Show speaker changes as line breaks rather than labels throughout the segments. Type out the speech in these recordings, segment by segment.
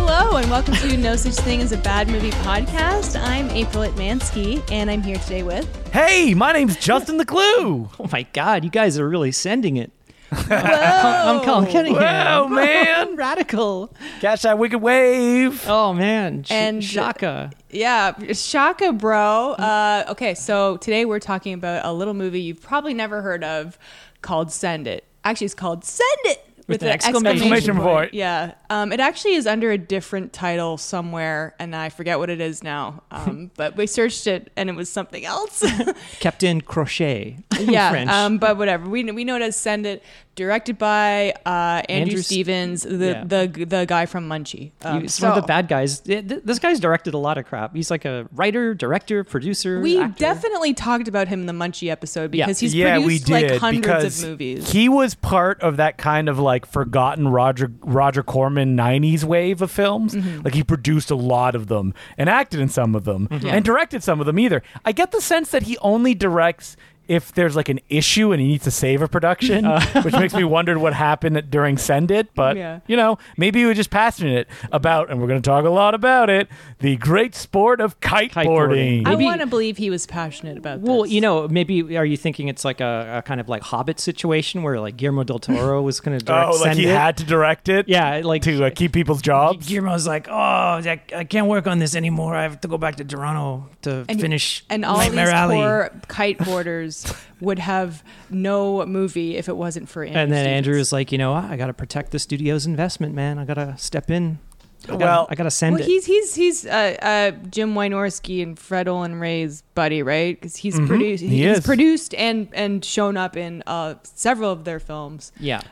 welcome to No Such Thing as a Bad Movie podcast. I'm April Atmansky, and I'm here today with.
Hey, my name's Justin the Clue.
Oh my God, you guys are really sending it. I'm Colin Cunningham.
Wow, man.
Radical.
Catch that wicked wave.
Oh man. Sh-
And- uh,
Shaka.
Yeah, Shaka, bro. Uh, okay, so today we're talking about a little movie you've probably never heard of called Send It. Actually, it's called Send It
With an
Oh,
exclamation
Exclamation point. point.
Yeah. Um, it actually is under a different title somewhere, and I forget what it is now. Um, but we searched it, and it was something else.
Kept in crochet. in
yeah.
French.
Um, but whatever. We, we know it as Send It, directed by uh, Andrew,
Andrew S-
Stevens, the,
yeah.
the the guy from Munchie. Um,
He's
so-
one of the bad guys. Th- th- This guy's directed a lot of crap. He's like a writer, director, producer.
We
actor.
definitely talked about him in the Munchie episode
Yeah.
because he's
yeah, we
produced
did
like hundreds
because
of movies.
he was part of that kind of like forgotten Roger Roger Corman '90s wave of films.
Mm-hmm.
Like he produced a lot of them and acted in some of them
Mm-hmm.
and directed some of them either. I get the sense that he only directs if there's like an issue and he needs to save a production, which makes me wonder what happened during Send It. But
Uh. Yeah.
you know, maybe he was just passionate about, and we're going to talk a lot about it, the great sport of kiteboarding.
Kiteboarding.
I
maybe-
want to believe he was passionate about this.
Well, you know, maybe are you thinking it's like a, a kind of like Hobbit situation where like Guillermo del Toro was going to direct?
Oh, like
Send
he
It?
had to direct it.
Yeah, like-
to uh, keep people's jobs.
Guillermo's like, oh, I, I can't work on this anymore. I have to go back to Toronto to
And-
finish
and all these
Nightmare Alley.
poor kiteboarders would have no movie if it wasn't for Andrew.
and then
Stevens.
Andrew is like, you know, I got to protect the studio's investment, man. I got to step in. I gotta,
Well-
I got to send
well,
it.
he's he's he's uh, uh, Jim Wynorski and Fred Olin Ray's buddy, right? Because he's
Mm-hmm.
produced,
He
he's
is.
produced and and shown up in uh, several of their films.
yeah.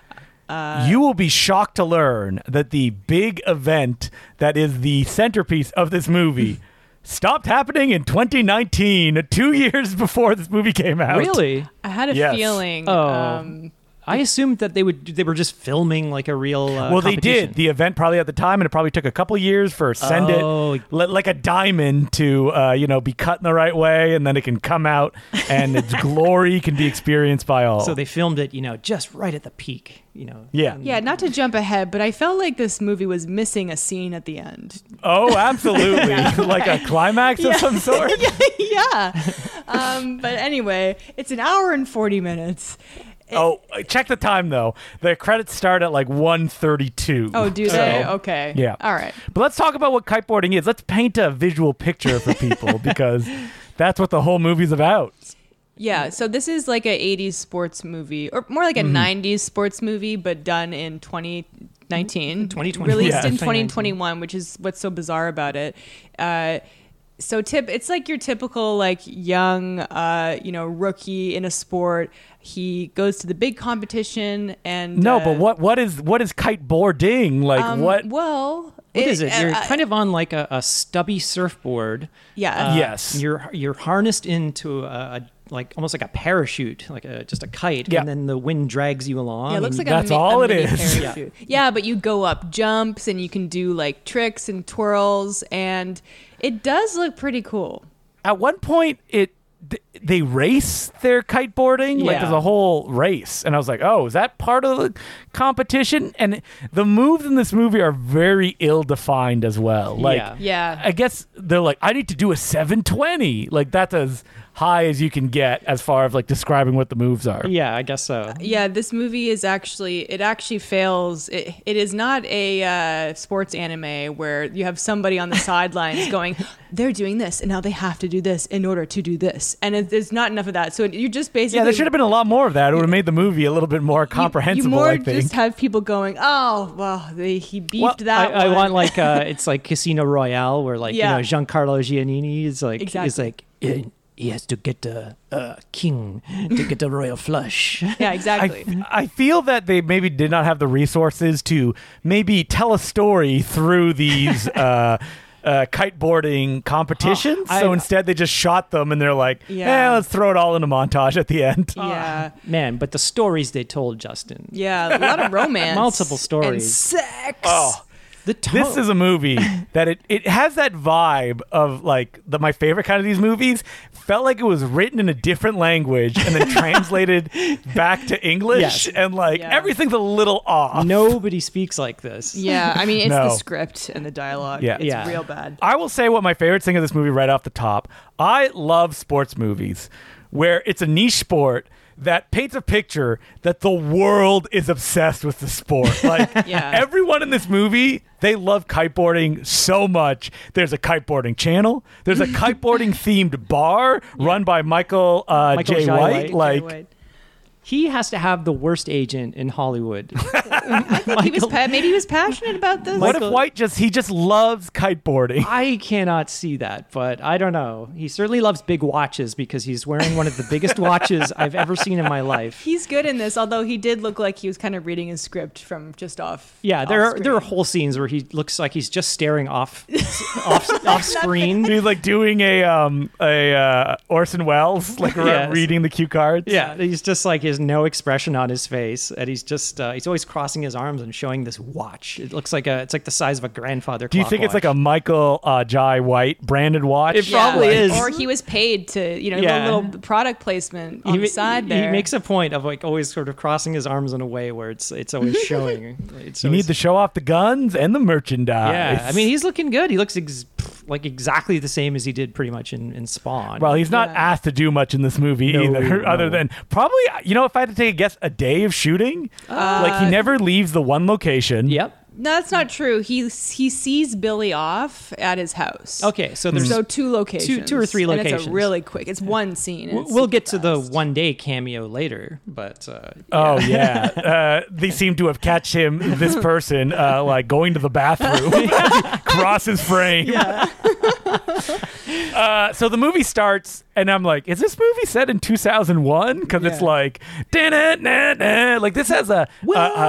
you will be shocked to learn that the big event that is the centerpiece of this movie stopped happening in 2019, two years before this movie came out.
Really?
I had a
Yes.
feeling.
Oh.
Um,
I assumed that they would. They were just filming like a real. Uh,
Well, they did
competition.
the event probably at the time, and it probably took a couple years for send
Oh.
it li- like a diamond to uh, you know be cut in the right way, and then it can come out, and its glory can be experienced by all.
So they filmed it, you know, just right at the peak. You know.
Oh. Yeah.
Yeah, not to jump ahead, but I felt like this movie was missing a scene at the end.
oh, absolutely, like a climax of some sort.
yeah. Um, but anyway, it's an hour and 40 minutes.
Oh, check the time though. The credits start at like 1:32.
Oh, do
So-
they? Okay.
Yeah.
All right.
But let's talk about what kiteboarding is. Let's paint a visual picture for people because that's what the whole movie's about. Mm.
Yeah. So this is like a 80s sports movie, or more
Mm-hmm.
like a 90s sports movie, but done in 2019.
2020.
Released
Mm-hmm. Yeah,
in
2019.
2021, which is what's so bizarre about it. Uh, so tip it's like your typical like young uh you know rookie in a sport he goes to the big competition and
No,
uh,
but what what is what is kiteboarding? Like
um,
what
well
What is it?
uh,
You're
uh,
kind of on like a, a stubby surfboard. Uh,
Yeah.
Yes.
You're you're harnessed into a, a like almost like a parachute, like a just a kite,
Yeah.
and then the wind drags you along.
Yeah, it looks
and
like
that's
a mi-
all
a
it
mini
is.
Yeah.
parachute. Yeah. but you go up jumps and you can do like tricks and twirls, and it does look pretty cool.
at one point it th- they race their kiteboarding like
Yeah.
there's a whole race and i was like oh is that part of the competition and the moves in this movie are very ill defined as well like
Yeah.
Yeah.
i guess they're like i need to do a 720 like that's as high as you can get as far as like describing what the moves are
Yeah, I guess so.
Yeah, this movie is actually it actually fails. It, it is not a uh, sports anime where you have somebody on the sidelines going, "They're doing this, and now they have to do this in order to do this," and it, there's not enough of that. So it, you just basically
yeah there should have been a lot more of that it would have made the movie a little bit more
You,
comprehensible
you more
i think
just have people going, "Oh, well, they, he beefed
Well,
that."
I, I
one."
want like uh, it's like Casino Royale where like
Yeah.
you know Giancarlo Giannini is like is
Exactly.
like "Eh, he has to get the uh, king to get the royal flush.
yeah,
I,
exactly.
I feel that they maybe did not have the resources to maybe tell a story through these uh, uh, kiteboarding competitions.
Huh.
so
I-
instead, they just shot them, and they're like,
Yeah.
"Yeah, let's throw it all in a montage at the end."
Yeah.
Man, but the stories they told Justin.
Yeah. A lot of romance.
Multiple
And
stories.
sex.
Oh,
The
This
tone-
is a movie that it, it has that vibe of like the my favorite kind of these movies felt like it was written in a different language and then translated back to English
Yes.
and like
Yeah.
everything's a little off.
Nobody speaks like this.
Yeah, I mean it's
No.
the script and the dialogue.
Yeah.
it's
Yeah.
real bad.
I will say what my favorite thing of this movie right off the top. I love sports movies where it's a niche sport that paints a picture that the world is obsessed with the sport. Like
Yeah.
everyone in this movie, they love kiteboarding so much. There's a kiteboarding channel. There's a kiteboarding themed bar run by Michael, uh,
Michael
J.
Jai
White.
White. Jai
Like
He has to have the worst agent in Hollywood.
he was pa- maybe he was passionate about this.
what if
Michael-
White just he just loves kiteboarding?
I cannot see that, but I don't know. He certainly loves big watches because he's wearing one of the biggest watches I've ever seen in my life.
He's good in this, although he did look like he was kind of reading his script from just off.
Yeah, there
off
are there are
screen.
whole scenes where he looks like he's just staring off off, off screen.
He's like doing a um a uh, Orson Welles like re-
Yes.
reading the cue cards.
Yeah, he's just like he has no expression on his face, and he's just uh, he's always crossing his arms and showing this watch. It looks like a it's like the size of a grandfather.
Do you think it's like a Michael uh, Jai White branded watch?
It probably
Yeah.
is.
Or he was paid to, you know,
Yeah.
the little product placement on the side there.
He makes a point of like always sort of crossing his arms in a way where it's it's always showing. It's
you need
always-
to show off the guns and the merchandise.
yeah. I mean, he's looking good. He looks ex- like exactly the same as he did pretty much in, in Spawn.
well, he's not
Yeah.
asked to do much in this movie
No,
either,
no.
other than probably you know if I had to take a guess, a day of shooting. like he never leaves the one location.
yep.
no, that's not true. He he sees Billy off at his house.
Okay, so
Hmm.
there's
So two locations,
two or three
And it's a
locations.
really quick. It's one scene. and
we'll,
it's
we'll
super
get to the
fast.
one day cameo later, but uh,
Oh yeah, uh, they seem to have catch him. This person, uh, like going to the bathroom, cross his frame. Uh, so the movie starts, and I'm like, "Is this movie set in 2001?" Because it's
Yeah.
like, "Da-na-na-na." like this has a, a, a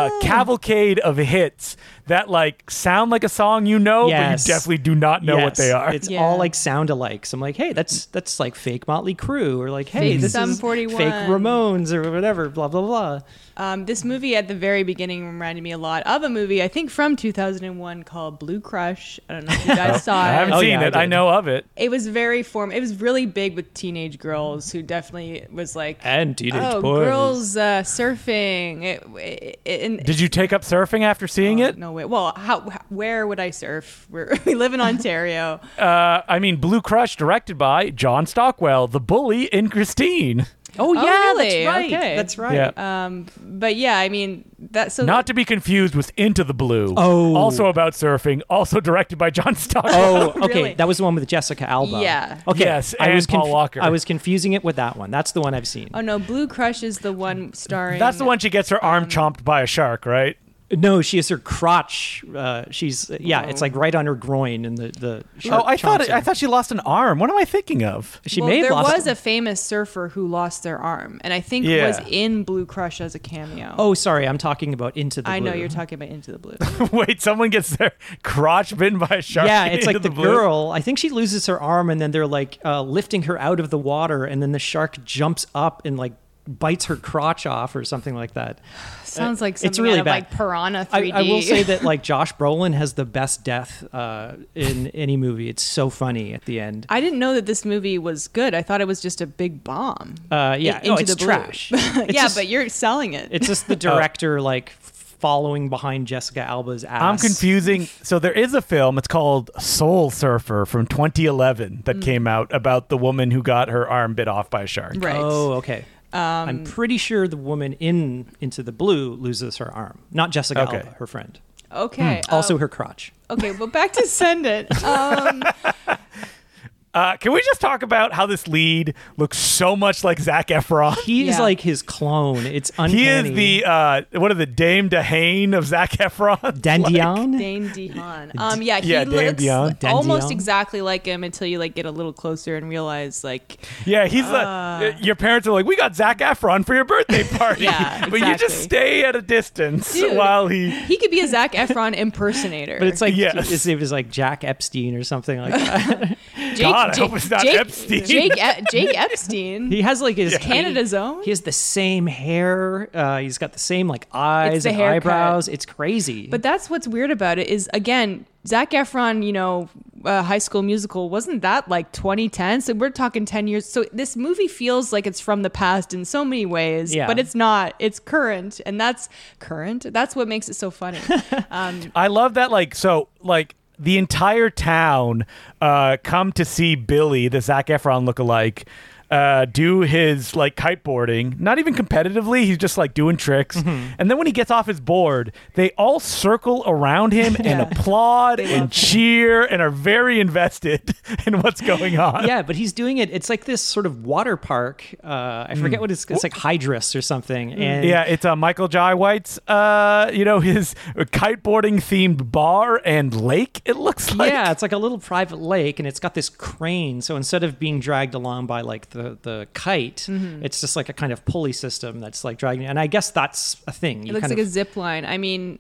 Whoa.
cavalcade of hits that like sound like a song you know,
Yes.
but you definitely do not know what
yes,
they are.
It's
Yeah.
all like sound alike. So I'm like, hey, that's that's like fake Motley Crue, or like, hey,
Fake
this
Sum
is
41.
fake Ramones, or whatever. Blah blah blah.
Um, this movie at the very beginning reminded me a lot of a movie I think from 2001 called Blue Crush. I don't know if you guys saw
I
it.
haven't
Oh,
seen
yeah, I
it. I,
did.
know of it.
It was very form. It was really big with teenage girls who definitely was like,
And teenage
oh,
boys.
girls uh, surfing. It, it, and
Did you take up surfing after seeing
Uh,
it?
No way. Well, how? wh- Where would I surf? We're, we live in Ontario.
Uh, I mean, Blue Crush, directed by John Stockwell, the bully in Christine.
Oh, yeah,
really?
that's right.
Okay.
That's right.
Yeah.
Um, but yeah, I mean that. So
Not to be confused with Into the Blue.
Oh.
Also about surfing, also directed by John Stockwell.
Oh, okay.
Really?
That was the one with Jessica Alba.
Yeah.
Okay.
Yes, and Paul Walker.
I was confusing it with that one. That's the one I've seen.
Oh no, Blue Crush is the one
Oh.
starring.
That's the one she gets her
Um,
arm chomped by a shark, right?
No, she has her crotch. Uh, she's yeah. It's
Oh.
like right on her groin, and the the.
Oh,
shark
I thought
chomps
it,
her.
I thought she lost an arm. What am I thinking of?
she
well,
may have
there
lost.
was a famous surfer who lost their arm, and I think
Yeah.
was in Blue Crush as a cameo.
oh, sorry. I'm talking about into the.
I know
Blue.
you're talking about Into the Blue.
Wait, someone gets their crotch bitten by a shark.
Yeah, it's
into
like the,
blue?
girl. I think she loses her arm, and then they're like uh, lifting her out of the water, and then the shark jumps up and like bites her crotch off or something like that.
Sounds like
It's
something
really
out of
bad.
like Piranha 3D.
I, I will say that like Josh Brolin has the best death uh, in any movie. It's so funny at the end.
I didn't know that this movie was good. I thought it was just a big bomb.
Uh, yeah,
In-
no,
Into
it's
the Blue.
trash.
yeah,
It's just-
but you're selling it.
it's just
Oh.
the director like following behind Jessica Alba's ass.
I'm confusing. So there is a film. It's called Soul Surfer from 2011
Mm.
that came out about the woman who got her arm bit off by a shark.
right. Um,
Oh, okay. I'm pretty sure the woman in Into the Blue loses her arm, not Jessica
Okay.
Alba, her friend.
Okay.
Hmm, Also
um,
her crotch.
okay, but back to Send It. Um,
Uh, can we just talk about how this lead looks so much like Zach Efron?
He is
Yeah.
like his clone. It's uncanny.
He is the uh, what are the Dame DeHane of Zach Efron?
Dandian.
Dane DeHaan. Um, yeah, he
Yeah, Dane
looks
DeHaan.
like-
Dane
almost
DeHaan.
exactly like him until you like get a little closer and realize like
yeah, he's
Ah.
the. Your parents are like, we got Zach Efron for your birthday party,
Yeah,
but you
exactly.
just stay at a distance
Dude.
while he.
he could be a Zach Efron impersonator.
but it's like
Yes.
it's, it was like Jack Epstein or something like that.
Jake
God, I hope it's not
Jake,
Epstein.
Jake, E- Jake Epstein.
He has like his
Canada's own?
He has the same hair. Uh, he's got the same like eyes
the
and
haircut.
eyebrows. It's crazy.
But that's what's weird about it is again, Zach Efron, you know, uh, High School Musical wasn't that like 2010? So we're talking 10 years. So this movie feels like it's from the past in so many ways,
Yeah.
but it's not. It's current, and that's current. That's what makes it so funny.
I love that. Like, so, like, the entire town uh, come to see Billy, the Zach Efron lookalike, uh, do his like kiteboarding. Not even competitively. He's just like doing tricks.
Mm-hmm.
And then when he gets off his board, they all circle around him and
Yeah.
applaud
They
and
love him.
cheer and are very invested in what's going on.
yeah, but he's doing it. It's like this sort of water park. Uh, I forget what it's. It's like Hydrus or something. And
Hmm. Yeah, it's uh, Michael Jai White's, uh, you know, his kiteboarding themed bar and lake. It looks like.
yeah, it's like a little private lake, and it's got this crane. So instead of being dragged along by like the the kite,
Mm-hmm.
it's just like a kind of pulley system that's like dragging. And I guess that's a thing.
It looks like a zip line. I mean,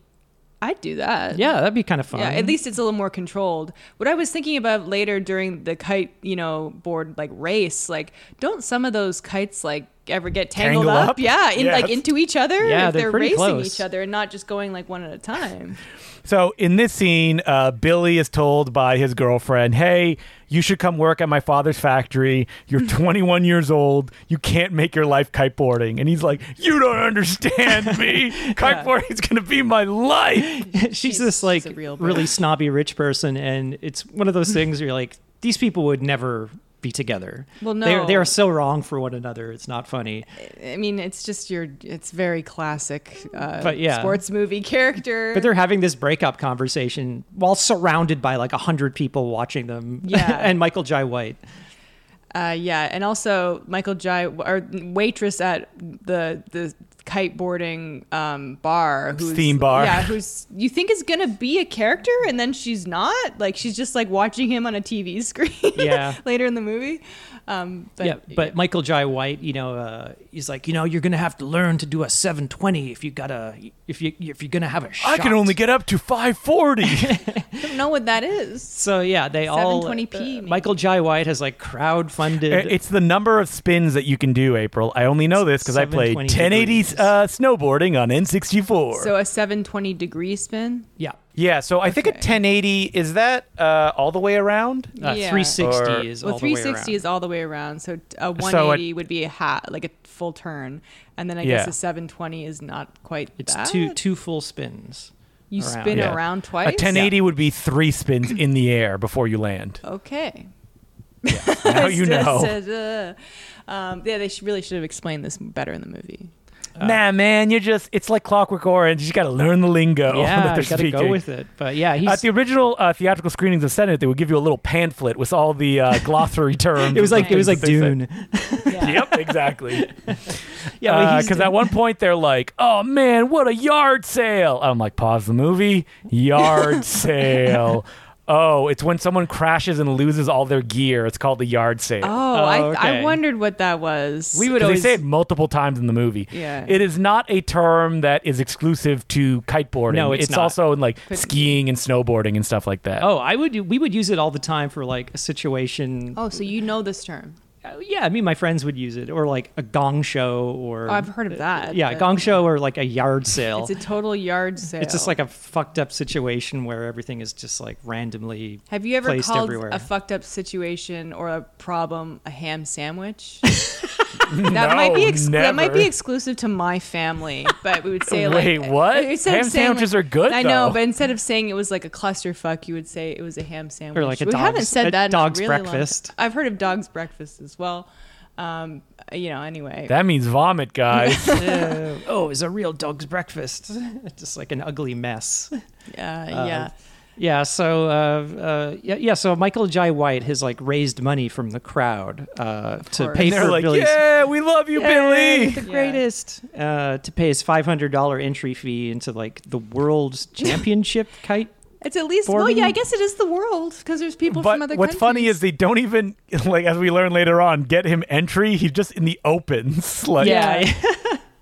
I'd do that.
yeah, that'd be kind of fun.
Yeah, at least it's a little more controlled. What I was thinking about later during the kite, you know, board like race, like don't some of those kites like ever get tangled
Tangle
up?
up?
Yeah, in, like
Yes.
into each other.
Yeah,
if
they're
they're,
pretty
racing
close.
each other and not just going like one at a time.
So in this scene, uh, Billy is told by his girlfriend, "Hey, you should come work at my father's factory. You're 21 years old. You can't make your life kiteboarding." And he's like, "You don't understand me. Kiteboarding's gonna be my life."
she's, this
she's
like
a real bird.
really snobby rich person, and it's one of those things where you're like, these people would never be together.
Well,
they
no.
they are so wrong for one another. It's not funny.
I mean, it's just your it's very classic uh,
But, yeah.
sports movie character.
But they're having this breakup conversation while surrounded by like a hundred people watching them.
Yeah.
and Michael Jai White.
Uh, yeah, and also Michael Jai, our waitress at the the kiteboarding um, bar, who's,
Theme bar.
yeah, who's you think is gonna be a character, and then she's not. Like she's just like watching him on a TV screen.
Yeah.
later in the movie. Um, but,
yeah, but Michael Jai White, you know, uh, he's like, you know, you're gonna have to learn to do a 720 if you gotta if you if you're gonna have a shot.
I can only get up to 540.
I don't know what that is.
So yeah, they all uh,
720p maybe.
Michael Jai White has like crowdfunded.
it's the number of spins that you can do, April. I only know this because I played
720
1080
degrees.
uh, snowboarding on N64.
So a seven twenty degree spin.
yeah,
yeah, so I think a
Okay.
1080 is that uh, all the way around?
uh,
Yeah.
360
Or-
is
Well,
all
three
the way
sixty
around.
is all the way around, so a one
So
eighty
it-
would be a hat, like a full turn, and then I
Yeah.
guess a seven twenty is not quite
It's
that.
two two full spins.
you
around.
spin
Yeah.
around
A
twice.
1080 would be three spins in the air before you land.
Okay.
Now you know.
Um, yeah, they should, really should have explained this better in the movie.
nah, man, you're just, it's like Clockwork Orange. You got to learn the lingo that
yeah,
they're
you gotta
speaking.
go with it. But yeah, he's
At the original uh, theatrical screenings of Senate, they would give you a little pamphlet with all the uh, glossary terms.
it was like it was
and
like
things that they said.
Dune.
Yeah.
Yep, exactly.
Yeah, but he's-
because at one point they're like, "Oh man, what a yard sale!" I'm like, "Pause the movie, yard sale." Oh, it's when someone crashes and loses all their gear. It's called the yard sale.
Oh,
Oh,
I,
okay.
I wondered what that was.
We would always say it multiple times in the movie.
Yeah.
It is not a term that is exclusive to kiteboarding.
No, it's not.
also in like skiing and snowboarding and stuff like that.
Oh, I would. We would use it all the time for like a situation.
oh, so you know this term?
Uh, Yeah, I mean, my friends would use it, or like a gong show, or uh,
Oh, I've heard of that.
yeah, a
but
gong show, or like a yard sale.
It's a total yard sale.
It's just like a fucked up situation where everything is just like randomly.
Have you ever
placed
called
everywhere.
a fucked up situation or a problem a ham sandwich? that might be
No,
ex- that might be
never.
exclusive to my family, but we would say
Wait,
like
what?
instead of
Ham
saying,
sandwiches
like-
are good,
I know,
though.
but instead of saying it was like a clusterfuck, you would say it was a ham sandwich.
like a
we haven't
dog's- a
said that in a
dog's
really long
breakfast.
time. I've heard of dog's breakfast as well. Um, you know, anyway.
That means vomit, guys.
Uh, oh, it's a real dog's breakfast. It's just like an ugly mess.
uh, yeah.
Yeah. So, uh, uh, yeah, yeah. So Michael Jai White has like raised money from the crowd uh, to
course.
pay
And
they're
for
like,
Billy's.
"Yeah, we love you,
Yay,
Billy."
The
Yeah.
greatest uh, to pay his five hundred dollar entry fee into like the world's championship kite.
It's at least well,
Boarding?
yeah, I guess it is the world because there's people
But
from other
what's
countries.
funny is they don't even like, as we learn later on, get him entry. He's just in the opens. Like,
Yeah.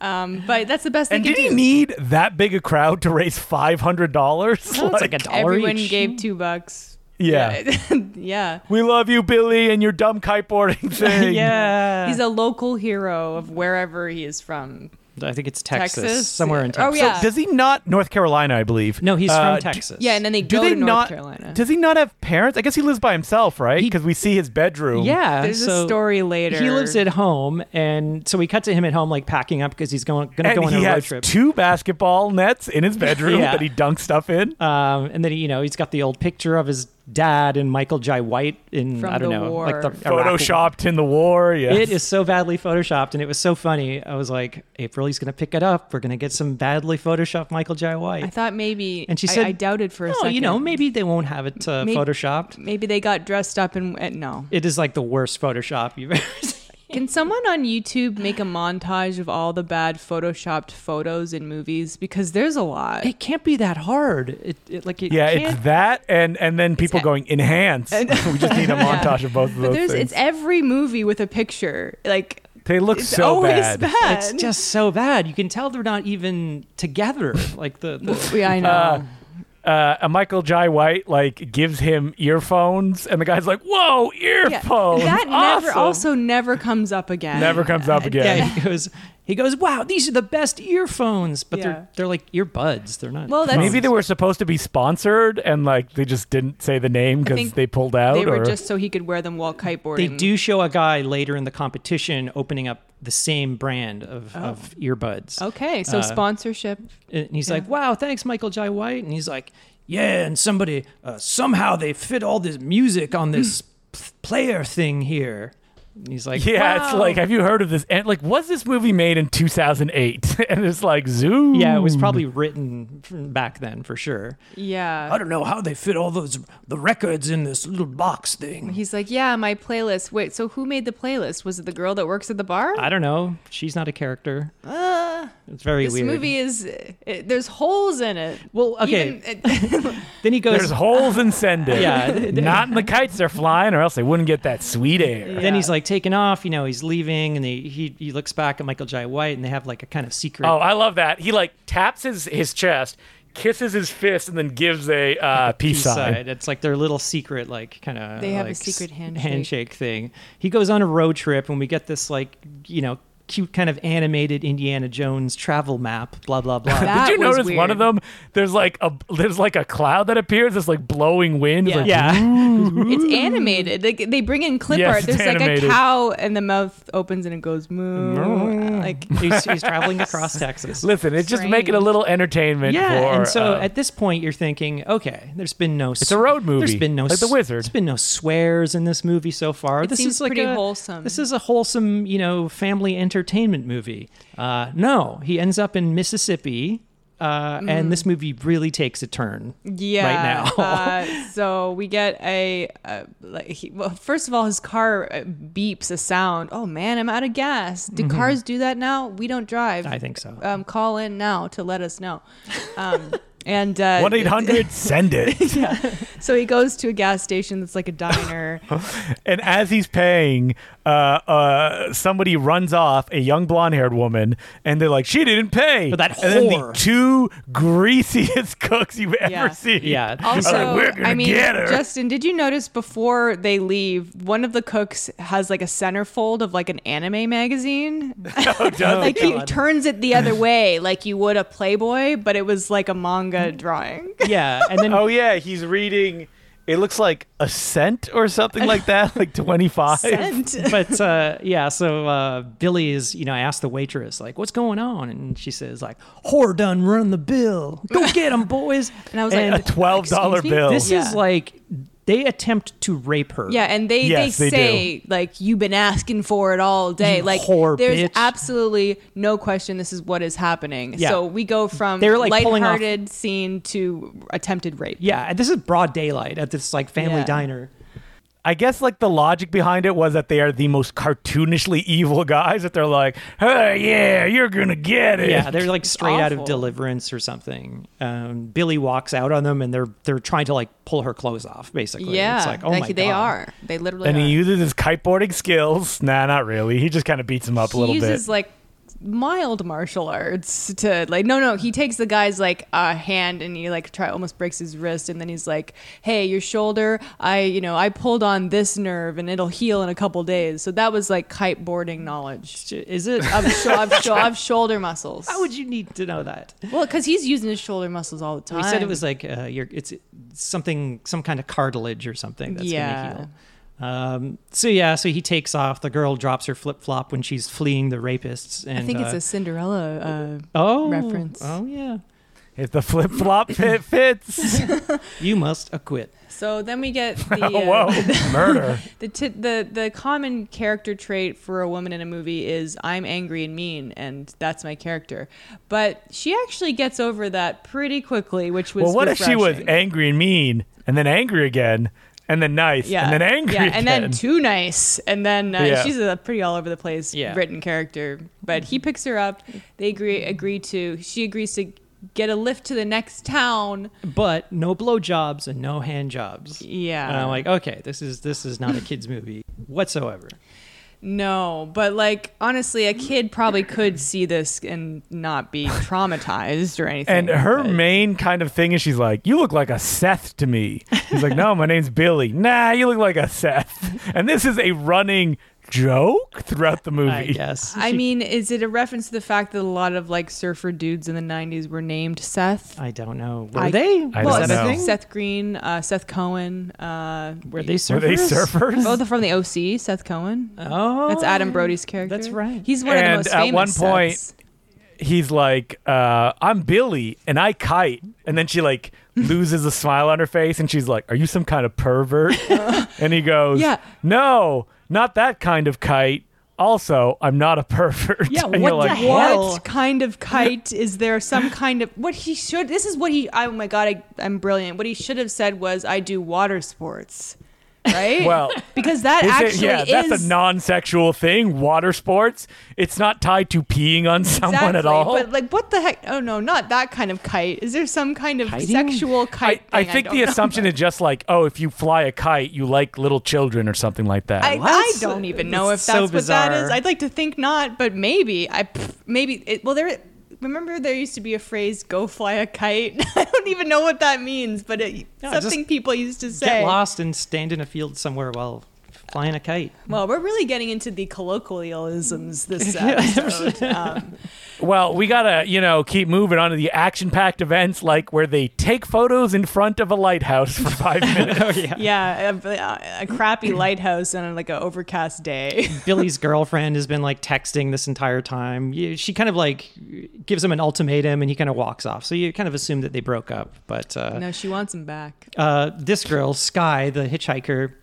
um, but that's the best
And
they
did
could
he
do.
need that big a crowd to raise five hundred dollars?
No, it's like a dollar
Everyone
each.
gave two bucks.
Yeah.
yeah.
We love you, Billy, and your dumb kiteboarding thing.
yeah.
He's a local hero of wherever he is from.
I think it's Texas,
Texas?
somewhere in
Oh,
Texas.
yeah.
Does he not North Carolina? I believe.
No, he's
Uh,
from
d-
Texas.
Yeah, and then they
Do
go
they
to North
not?
Carolina.
Does he not have parents? I guess he lives by himself, right?
He-
Because we see his bedroom.
yeah.
There's
so
a story later.
He lives at home, and so we cut to him at home, like packing up because he's going going to
And
go on a
he
road
has
trip.
two basketball nets in his bedroom
Yeah.
that he dunks stuff in.
um, and then you know he's got the old picture of his dad and Michael J. White in
From
I don't
the
know,
war.
like the Iraq-
Photoshopped in the war. Yeah.
It is so badly photoshopped, and it was so funny. I was like, April, he's gonna pick it up. We're gonna get some badly photoshopped Michael J. White.
I thought maybe.
and she
I-
said,
I, doubted for a
no,
second.
you know, maybe they won't have it uh,
Maybe-
photoshopped.
maybe they got dressed up and, and no.
It is like the worst Photoshop you've ever seen.
Can someone on YouTube make a montage of all the bad photoshopped photos in movies? Because there's a lot.
It can't be that hard. It, it like it
Yeah,
can't-
it's that, and and then people
e-
going enhance. we just need a montage of both of
But
those
there's
things.
it's every movie with a picture. Like
they look
it's
so
always
bad.
bad.
It's just so bad. You can tell they're not even together. Like the, the
yeah, I know.
Uh, a Michael Jai White like gives him earphones, and the guy's like, "Whoa,
Yeah.
earphones!"
That never
awesome."
also never comes up again.
never comes up
yeah.
again.
he goes he goes, wow, these are the best earphones, but
Yeah.
they're they're like earbuds. They're not.
Well, that's-
Maybe they were supposed to be sponsored, and like they just didn't say the name because
think
they pulled out.
They were
or-
just so he could wear them while kiteboarding.
They do show a guy later in the competition opening up the same brand
Oh.
of, of earbuds.
Okay, so
Uh,
sponsorship.
And he's like, wow, thanks, Michael Jai White. And he's like, yeah, and somebody, uh, somehow they fit all this music on this p- player thing here. And he's like,
yeah, it's
"Wow."
like, have you heard of this? And like, was this movie made in 2008? and it's like, Zoom.
Yeah, it was probably written from back then for sure.
Yeah.
don't know how they fit all those the records in this little box thing.
He's like, yeah, my playlist. Wait, so who made the playlist? Was it the girl that works at the bar?
I don't know. She's not a character. it's very
Uh, this
weird.
movie is it, there's holes in it.
well, okay.
Even, eh, it-
then he goes.
There's holes in sending.
Yeah.
Not in the kites they're flying, or else they wouldn't get that sweet air.
Then
Yeah.
he's like taking off. You know, he's leaving, and they, he he looks back at Michael Jai White, and they have like a kind of secret.
Oh, I love that. He like taps his his chest, kisses his fist, and then gives a uh, peace,
peace
sign.
side. It's like their little secret, like kind of.
They have a
like,
secret
s-
handshake.
handshake thing. He goes on a road trip, and we get this like you know cute kind of animated Indiana Jones travel map. Blah blah blah.
That
Did you
was
notice one of
weird.
them? There's like a there's like a cloud that appears. It's like blowing wind. It's
Yeah.
like,
yeah.
It's animated. They, they bring in clip
Yes,
art.
it's
There's like
animated.
a cow and the mouth opens and it goes moo. Like
he's, he's traveling across Texas.
Listen, it's just making a
Strange.
little entertainment.
Yeah,
for,
and so
uh,
at this point you're thinking, okay, there's been no. It's
a road
There's
movie,
been no
like The
s-
Wizard.
There's been no swears in this movie so far. this
seems
is like
pretty
a,
wholesome.
This is a wholesome, you know, family entertainment movie. Uh, no, he ends up in Mississippi, uh,
Mm-hmm.
and this movie really takes a turn.
yeah.
now.
uh, so we get a uh, like he, well, first of all, his car uh, beeps a sound. Oh man, I'm out of gas. Do cars do that now? We don't drive.
Mm-hmm. I think so.
Um, call in now to let us know. Um, and uh,
one eight hundred send it.
So he goes to a gas station that's like a diner.
And as he's paying, uh, uh, somebody runs off a young blonde haired woman, and they're like, "She didn't pay."
But that
and then the
whore.
two greasiest cooks you've ever
Yeah.
seen.
Yeah.
Also,
I was like, "We're gonna
I mean,
get her."
Justin, did you notice before they leave, one of the cooks has like a centerfold of like an anime magazine?
Oh, does
like
it?
he turns it the other way, like you would a Playboy, but it was like a manga drawing.
yeah, and then
Oh yeah, he's reading. It looks like a cent or something like that, like twenty five.
Sent.
but uh, yeah, so uh, Billy is, you know, I asked the waitress, like, what's going on? And she says, like, whore done run the bill. Go get them, boys.
And I was like,
A twelve dollar
Excuse me?
bill.
this
Yeah.
is like, they attempt to rape her.
Yeah, and they,
Yes,
they,
they
say like you've been asking for it all day. like
whore
there's
bitch.
absolutely no question this is what is happening.
Yeah.
So we go from
They were, like, pulling off-
lighthearted scene to attempted rape.
Yeah, and this is broad daylight at this like family
Yeah.
diner.
I guess like the logic behind it was that they are the most cartoonishly evil guys. That they're like, "Hey, yeah, you're gonna get it."
Yeah, they're like straight out of
awful.
Deliverance or something. Um, Billy walks out on them, and they're they're trying to like pull her clothes off. Basically,
Yeah,
It's like, oh my
they
God.
are. They literally
and
are.
he uses his kiteboarding skills. Nah, not really. He just kind of beats him up a
He
little
uses
bit.
like mild martial arts to like no no he takes the guy's like uh, hand and he like try almost breaks his wrist and then he's like hey your shoulder I you know I pulled on this nerve and it'll heal in a couple days so that was like kite boarding knowledge
Is it?
of, sho- of, sho- of shoulder muscles
How would you need to know that?
well because he's using his shoulder muscles all the time
We said it was like uh, your it's something some kind of cartilage or something that's
Yeah.
gonna heal. Um, so yeah, so he takes off. The girl drops her flip flop when she's fleeing the rapists. And
I think it's
uh,
a Cinderella uh,
oh
reference.
Oh yeah,
If the flip flop fit fits.
you must acquit.
so then we get the uh,
Whoa, murder.
The, t- the the common character trait for a woman in a movie is I'm angry and mean, and that's my character. But she actually gets over that pretty quickly, which was
Well, what if she was
refreshing.
angry and mean, and then angry again, and then nice,
yeah,
and then angry
yeah,
again?
and then too nice, and then uh,
Yeah.
she's a pretty all over the place
Yeah.
written character. But he picks her up. They agree agree to she agrees to get a lift to the next town.
But no blowjobs and no hand jobs.
Yeah,
And I'm like, okay, this is this is not a kids movie whatsoever.
No, but like honestly, a kid probably could see this and not be traumatized or anything.
And her
but-
main kind of thing is she's like, "You look like a Seth to me." He's like, "No, my name's Billy." Nah, you look like a Seth. And this is a running joke throughout the
I
movie.
guess.
I
She-
mean, is it a reference to the fact that a lot of like surfer dudes in the '90s were named Seth?
I don't know. Were
I-
they?
I
was
don't
that
know.
a thing?
Seth Green, uh, Seth Cohen. Uh,
Were they surfers?
Were they surfers?
both are from the OC. Seth Cohen.
Oh,
That's Adam Brody's character.
That's right.
He's one
And
of the most
at
famous.
one point-
Seths.
He's like, uh, "I'm Billy and I kite," and then she like loses a smile on her face, and she's like, "Are you some kind of pervert?" and he goes,
Yeah.
no, not that kind of kite." Also, I'm not a pervert.
Yeah,
And
what
you're like,
the
"What?"
hell? kind of kite is there? Some kind of what he should. This is what he. Oh my god, I, I'm brilliant. What he should have said was, "I do water sports," right?
Well,
because that
Is it-
actually
yeah,
is
that's a non-sexual thing. Water sports. It's not tied to peeing on someone
exactly.
at all.
But like, what the heck? Oh no, not that kind of kite. Is there some kind of
Kiting?
sexual
I,
kite?
I
thing?
think
don't
the
know.
assumption is just like, oh, if you fly a kite, you like little children or something like that.
I,
What?
I don't even know
It's
if that's
so
what that
bizarre.
is. I'd like to think not, but maybe I pff, maybe it, well there. Remember, there used to be a phrase "go fly a kite." I don't even know what that means, but it,
Yeah, just
something people used to say.
Get lost and stand in a field somewhere while flying a kite.
Well, we're really getting into the colloquialisms this episode. um,
well, we gotta, you know, keep moving on to the action-packed events, like where they take photos in front of a lighthouse for five minutes.
Oh yeah.
yeah, a, a crappy lighthouse on like an overcast day.
Billy's girlfriend has been like texting this entire time. You- She kind of like gives him an ultimatum and he kind of walks off. So you kind of assume that they broke up. But uh,
no, she wants him back.
uh, this girl, Sky, the hitchhiker,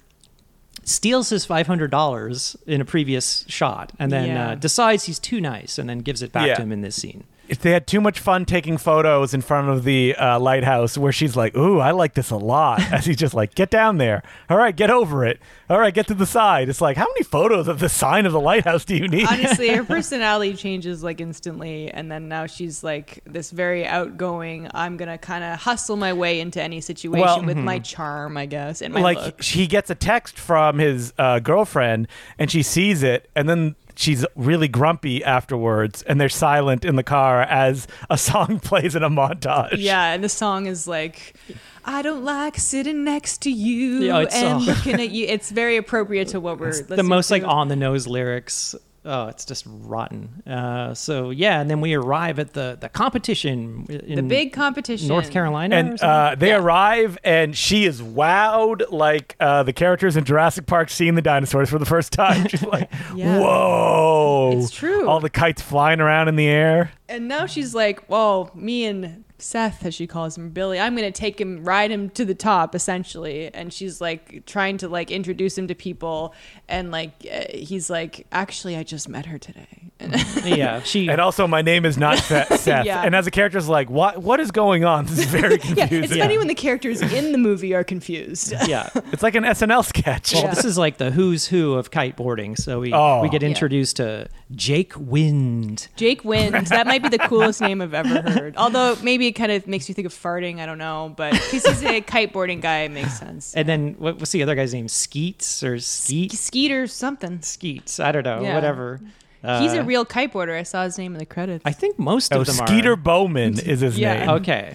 steals his $500 in a previous shot and then
Yeah.
uh, decides he's too nice and then gives it back
Yeah.
to him in this scene.
if they had too much fun taking photos in front of the uh, lighthouse where she's like, Ooh, I like this a lot. As he's just like, Get down there. All right, get over it. All right, get to the side. It's like, How many photos of the sign of the lighthouse do you need?
Honestly, her personality changes like instantly, and then now she's like this very outgoing. I'm gonna kind of hustle my way into any situation
Well,
with
mm-hmm.
my charm, I guess, and my
like,
look.
he gets a text from his uh, girlfriend and she sees it and then. She's really grumpy afterwards, and they're silent in the car as a song plays in a montage.
Yeah, and the song is like, I don't like sitting next to you
Yeah, it's,
and
uh,
looking at you. It's very appropriate to what we're
the
listening
most like
to.
on the nose lyrics. Oh, it's just rotten. Uh, so yeah, and then we arrive at the the competition. In
the big competition.
North Carolina. or
and
something?
uh, they arrive and she is wowed like uh, the characters in jurassic park seeing the dinosaurs for the first time she's like
Yeah.
whoa
It's true.
all the kites flying around in the air
And now she's like, "Well, me and Seth, as she calls him, Billy, I'm gonna take him, ride him to the top, essentially." And she's like trying to like introduce him to people, and like uh, he's like, "Actually, I just met her today." And
yeah, she.
and also my name is not seth, Seth.
Yeah.
and as a character is like what what is going on this is very
yeah,
confusing
it's funny when the characters in the movie are confused.
yeah.
It's like an snl sketch
Well,
Yeah.
this is like the who's who of kiteboarding. So we
Oh.
we get
Yeah.
introduced to Jake Wind.
Jake Wind. That might be the coolest name I've ever heard. Although maybe it kind of makes you think of farting. I don't know, but because he's a kiteboarding guy, it makes sense.
And then what, what's the other guy's name? Skeets or Skeet?
Skeeter something.
Skeets. I don't know.
Yeah.
Whatever. Uh,
He's a real kiteboarder. I saw his name in the credits.
I think most
Oh,
of them
Skeeter
are.
Bowman is his
Yeah.
name.
Okay.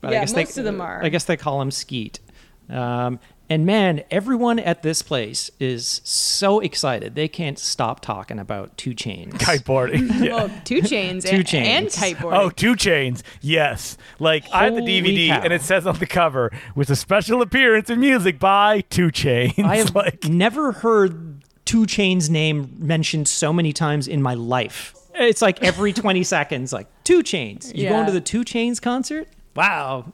But
Yeah,
I guess
most
they,
of them are.
I guess they call him Skeet. Um, and man, everyone at this place is so excited. They can't stop talking about two chains.
Kiteboarding. Yeah.
well, two chains,
Two
and,
Chainz.
and kiteboarding.
Oh, Two Chains. Yes. Like I have the
Holy
DVD
cow.
and it says on the cover with a special appearance and music by Two Chains.
I have
like
never heard Two Chain's name mentioned so many times in my life. It's like every 20 seconds, like Two Chains. You going
Yeah.
to the Two Chains concert? Wow.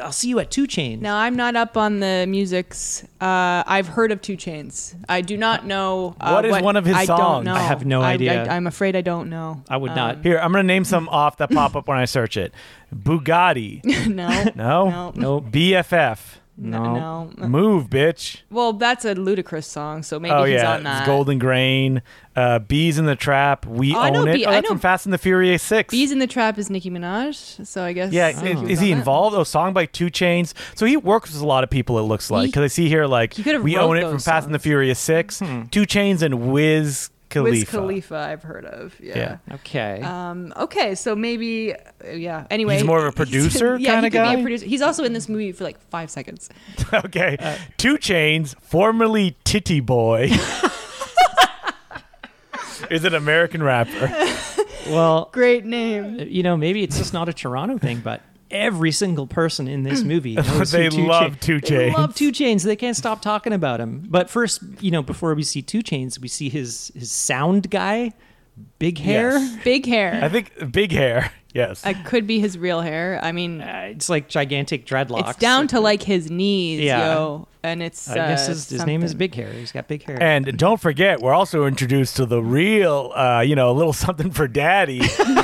I'll see you at Two Chains.
Now I'm not up on the musics. Uh, I've heard of Two Chains. I do not know uh,
What is one of his
I Don't
songs?
know.
I have no idea.
I, am afraid I don't know. Um,
I would not.
here, I'm gonna name some off that pop up when I search it. Bugatti.
no,
No.
No.
Nope. BFF.
no, no.
Move, bitch.
Well, that's a ludicrous song, so maybe
oh
he's
yeah,
on that.
it's Golden Grain. Uh, Bees in the Trap. We
Oh, I
own
know
it.
Bee-
oh,
I
that's
know-
from Fast and the Furious Six.
Bees in the Trap is Nicki Minaj, so I guess.
Yeah,
he's
is,
on
is he
that.
involved? Oh, song by Two Chains. So he works with a lot of people. It looks like
He-
because I see here like
He could've
we
wrote
own it from
those
Fast and the
songs.
Furious Six, Two Chains, and Wiz Khalifa.
Wiz Khalifa, I've heard of. Yeah.
Okay.
Um, okay, so maybe, uh, yeah. Anyway,
He's more of a producer
yeah,
kinda
he could Be
guy?
a producer. He's also in this movie for like five seconds.
okay, Two Chains, formerly Titty Boy. Is an American rapper.
well,
Great name.
you know, maybe it's just not a Toronto thing, but every single person in this movie knows who
they
Two
love
Chain-
Two
They
Chains.
love Two Chains. They can't stop talking about him. But first, you know, before we see Two Chains, we see his his sound guy, big hair.
Yes.
Big hair.
I think big hair. Yes.
It could be his real hair. I mean,
Uh, it's like gigantic dreadlocks.
it's down to like his knees,
Yeah.
yo. And it's.
I guess
uh,
his, his name is
something.
Big Hair. He's got big hair.
And don't forget, we're also introduced to the real, uh, you know, little something for daddy.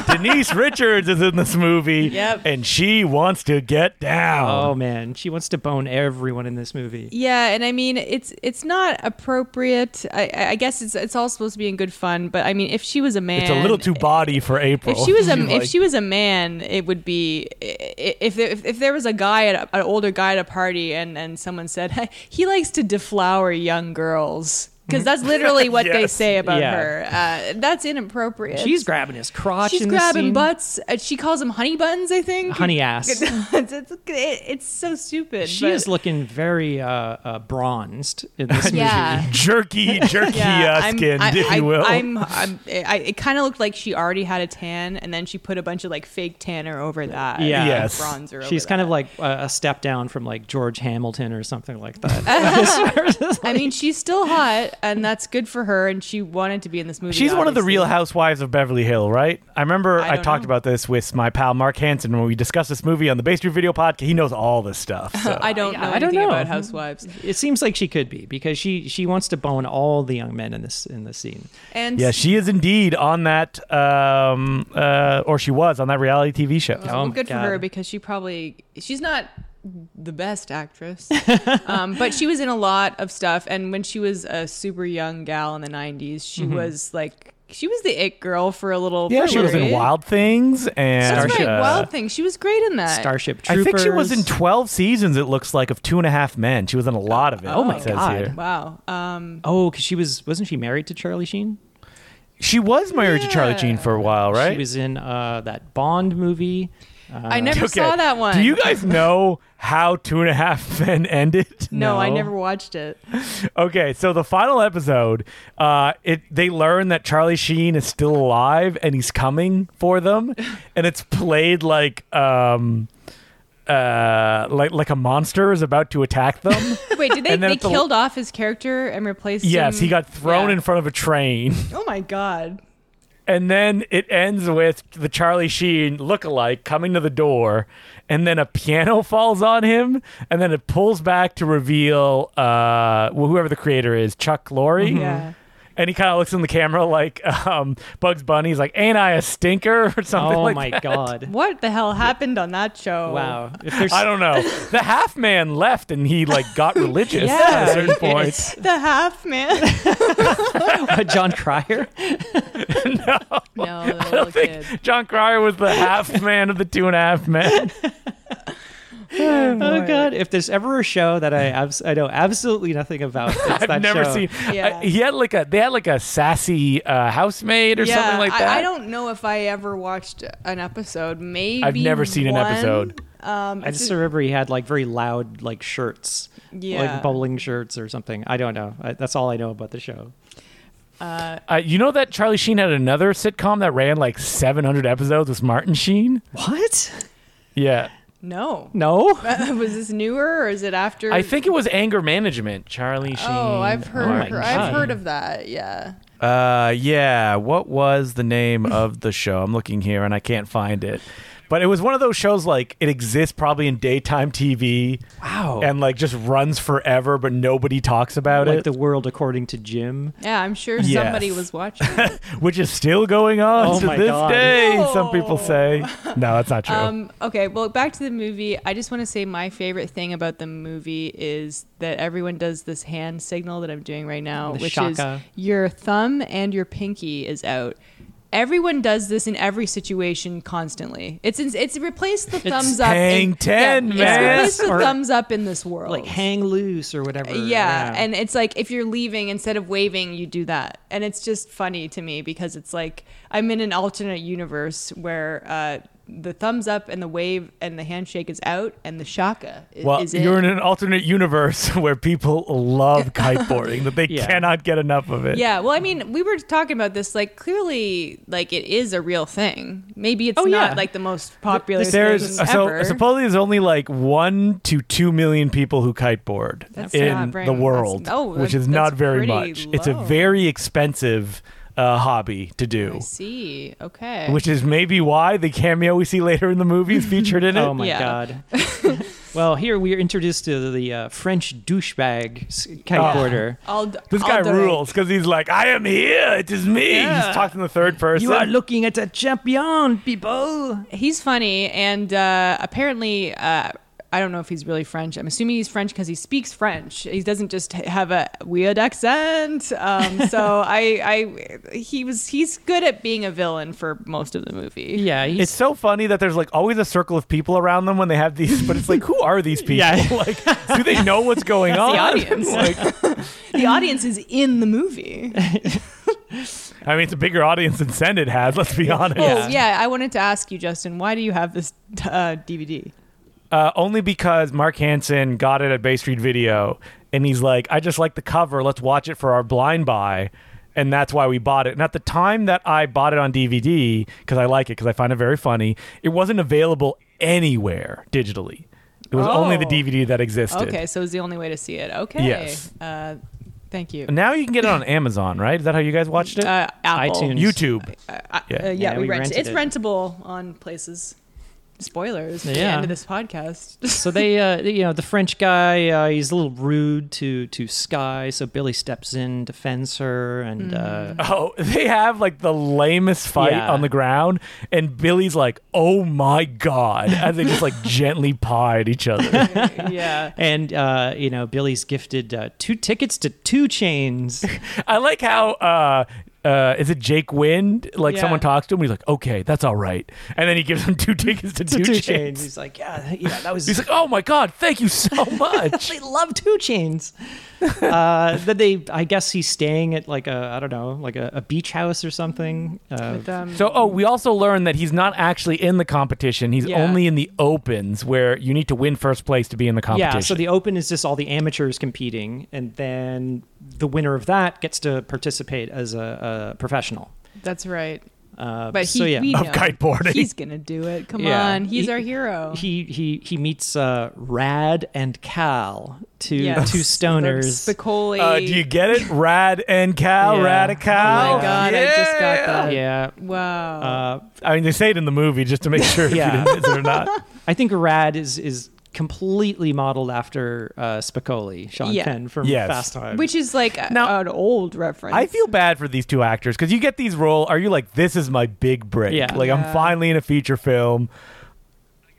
Denise Richards is in this movie,
Yep.
and she wants to get
oh
down.
man, she wants to bone everyone in this movie.
Yeah, and I mean it's it's not appropriate. I, I I guess it's it's all supposed to be in good fun, but I mean if she was a man,
it's a little too body for April.
If she was a
She's
if
like,
she was a man, it would be i- if there, if, if there was a guy at a, an older guy at a party and and someone said "Hey, he likes to deflower young girls because that's literally what they
Yes.
say about
Mm-hmm. Yeah.
her. Uh, that's inappropriate.
She's grabbing his crotch.
She's
in this
grabbing
scene.
butts. Uh, she calls them honey buttons, I think.
Honey ass.
it's, it's, it- it's so stupid.
She
but-
is looking very uh, uh, bronzed in this movie.
Yeah.
jerky, jerky
Yeah,
uh,
I'm-
skinned,
I-
if
I-
you will.
I'm, I'm, I, it kind of looked like she already had a tan, and then she put a bunch of like fake tanner over that. and,
Yeah.
like,
Yes.
bronzer. Over
She's kind
that.
of like uh, a step down from like George Hamilton or something like that.
I mean, she's still hot, and that's good for her. And she wanted to be in this movie.
She's one of the
obviously.
real housewives of Beverly Hill, right? I remember
I
I,
don't
talked
know.
about this with my pal Mark Hansen when we discussed this movie on the Bay Street Video Podcast. He knows all this stuff. So.
I don't know.
I don't
anything
know.
about housewives.
it seems like she could be because she she wants to bone all the young men in this in this scene.
And
yeah, she is indeed on that, um, uh, or she was on that reality TV show.
well,
Oh my
good for
God.
her because she probably she's not the best actress, um, but she was in a lot of stuff. And when she was a super young gal in the '90s, she
Mm-hmm.
was like she was the it girl for a little.
Yeah,
for a
she was in
period.
Wild Things and
That's
Starship.
right,
uh,
Wild Thing. She was great in that.
Starship
I
Troopers.
think she was in twelve seasons. It looks like of Two and a Half Men. She was in a lot of it.
Oh my
it says
God.
here.
Wow. Um,
Oh, because she was wasn't she married to Charlie Sheen?
She was married to Charlie Sheen for a while, right?
She was in uh, that Bond movie.
I never
Uh, Okay.
saw that one.
Do you guys know how Two and a Half Men ended?
no, I
No.
never watched it.
Okay, so the final episode, uh, it they learn that Charlie Sheen is still alive and he's coming for them, and it's played like um, uh, like like a monster is about to attack them.
Wait, did they,
And then
they
at the-
killed off his character and replaced
yes,
him?
he got thrown
Yeah.
in front of a train.
Oh my god.
And then it ends with the Charlie Sheen lookalike coming to the door, and then a piano falls on him, and then it pulls back to reveal uh, wh- whoever the creator is, Chuck Lorre.
Mm-hmm. Yeah.
And he kind of looks in the camera like um, Bugs Bunny. He's like, "Ain't I a stinker?" or something
oh
like
my
that.
god!
What the hell happened on that show?
Wow. If there's
I don't know. The half man left, and he like got religious at a
yeah,
certain point.
it's-
The half man.
John Cryer.
Oh,
no, the little
John Cryer was the half man of the two and a half men.
oh god! If there's ever a show that I abs- I know absolutely nothing about, it's
I've
that
never
show.
seen.
Yeah.
I- he had like a they had like a sassy uh, housemaid or something like that.
I, I don't know if I ever watched an episode. Maybe
I've never seen an
one.
episode.
Um,
I
it's
just
a-
remember he had like very loud like shirts,
Yeah.
like bowling shirts or something. I don't know. I, that's all I know about the show.
Uh, you know that Charlie Sheen had another sitcom that ran like 700 episodes with Martin Sheen.
What?
Yeah,
no.
No.
was this newer or is it after?
I think it was Anger Management. Charlie Sheen.
Oh, I've heard.
Martin
her-
Sheen.
I've heard of that. Yeah.
Uh, yeah. What was the name of the show? I'm looking here and I can't find it. But it was one of those shows like it exists probably in daytime TV.
Wow.
And like just runs forever, but nobody talks about
like
it,
the world according to Jim.
Yeah, I'm sure
Yes.
somebody was watching.
which is still going on
Oh
to
my
this
God.
day. Some
No.
people say. No, that's not true.
Um, okay, well, back to the movie. I just want to say my favorite thing about the movie is that everyone does this hand signal that I'm doing right now,
The
which
shaka.
is your thumb and your pinky is out. Everyone does this in every situation constantly. It's it's, it's replaced the thumbs up.
hang
in,
10,
It's
man.
replaced the
Or-
thumbs up in this world.
Like hang loose or whatever.
Yeah, and it's like if you're leaving, instead of waving, you do that, and it's just funny to me because it's like I'm in an alternate universe where uh, the thumbs up and the wave and the handshake is out, and the shaka is,
well,
is in.
you're in an alternate universe where people love kiteboarding, that they
Yeah.
cannot get enough of it.
yeah, well, I mean, we were talking about this. Like, clearly, like it is a real thing. Maybe it's
Oh,
not
yeah.
like the most popular
This-
thing
There's
ever.
so supposedly there's only like one to two million people who kiteboard
That's
in
not very-
the
that's-
world,
no,
which
that's-
is not
that's
very
pretty
much. It's a
low.
very expensive uh, hobby
I
to do,
see. Okay.
which is maybe why the cameo we see later in the movie is featured in it.
Oh my
Yeah.
god. well, here we are introduced to the uh, French douchebag s- kiteboarder.
I'll,
this
I'll
guy
direct.
rules because he's like, I am here. It is me.
Yeah.
He's talking in the third person.
looking at a champion, people.
He's funny, and uh, apparently, uh, I don't know if he's really French. I'm assuming he's French because he speaks French. He doesn't just h- have a weird accent. Um, so I, I, he was, he's good at being a villain for most of the movie.
Yeah, he's
it's so funny that there's like always a circle of people around them when they have these, but it's like, who are these people?
Yeah.
like, do they know what's going on?
The audience,
Like,
the audience is in the movie.
I mean, it's a bigger audience than Sendit has. Let's be honest.
Oh yeah, I wanted to ask you, Justin, why do you have this uh, DVD?
Uh, only because Mark Hansen got it at Bay Street Video, and he's like, "I just like the cover. Let's watch it for our blind buy." And that's why we bought it. And at the time that I bought it on DVD, because I like it, because I find it very funny, it wasn't available anywhere digitally. It was only the
Oh.
DVD that existed.
Okay, so it's the only way to see it. Okay.
Yes.
Uh, thank you.
Now you can get it on Amazon, right? Is that how you guys watched it?
Uh, Apple.
iTunes.
YouTube.
Uh, yeah,
Yeah.
uh, yeah,
Yeah,
we,
we
rent
rented
it. It's
it.
rentable on places. Spoilers. Yeah. The
Yeah.
end of this podcast.
so they, uh, they- you know, the French guy, uh, he's a little rude to to Sky. So Billy steps in, defends her, and uh,
Oh, they have like the lamest fight
Yeah.
on the ground, and Billy's like, "Oh my god!" as they just like gently pie at each other.
yeah.
and uh, you know, Billy's gifted uh, two tickets to two chains.
I like how uh, uh, is it Jake Wind? Like
Yeah.
someone talks to him, he's like, "Okay, that's all right," and then he gives him two tickets to two,
two
chains.
chains. He's like, yeah, yeah, that was.
He's like, "Oh my god, thank you so much."
they love two chains. uh, then they, I guess he's staying at like a, I don't know, like a, a beach house or something. Uh,
But, um,
So, oh, we also learned that he's not actually in the competition. He's
Yeah.
only in the opens, where you need to win first place to be in the competition.
yeah, so the open is just all the amateurs competing, and then the winner of that gets to participate as a, a professional.
that's right.
Uh,
But he,
so yeah,
we
Of
know
kiteboarding.
He's gonna do it. Come
Yeah.
on. He's
He-
our hero.
he he he meets uh, Rad and Cal, two
Yes.
two stoners.
The Spicoli.
Uh, do you get it? Rad and Cal,
Yeah.
Rad and Cal.
Oh my god! I just got
Yeah.
that.
yeah,
Wow.
uh,
I mean, they say it in the movie just to make sure if
Yeah.
you didn't miss it or not.
I think Rad is is completely modeled after uh, Spicoli, Sean
Yeah.
Penn from
Yes.
Fast Times.
Which is like a-
Uh, Now-
an old reference.
I feel bad for these two actors because you get these role. Are you like, this is my big break?
Yeah.
Like,
Yeah.
I'm finally in a feature film.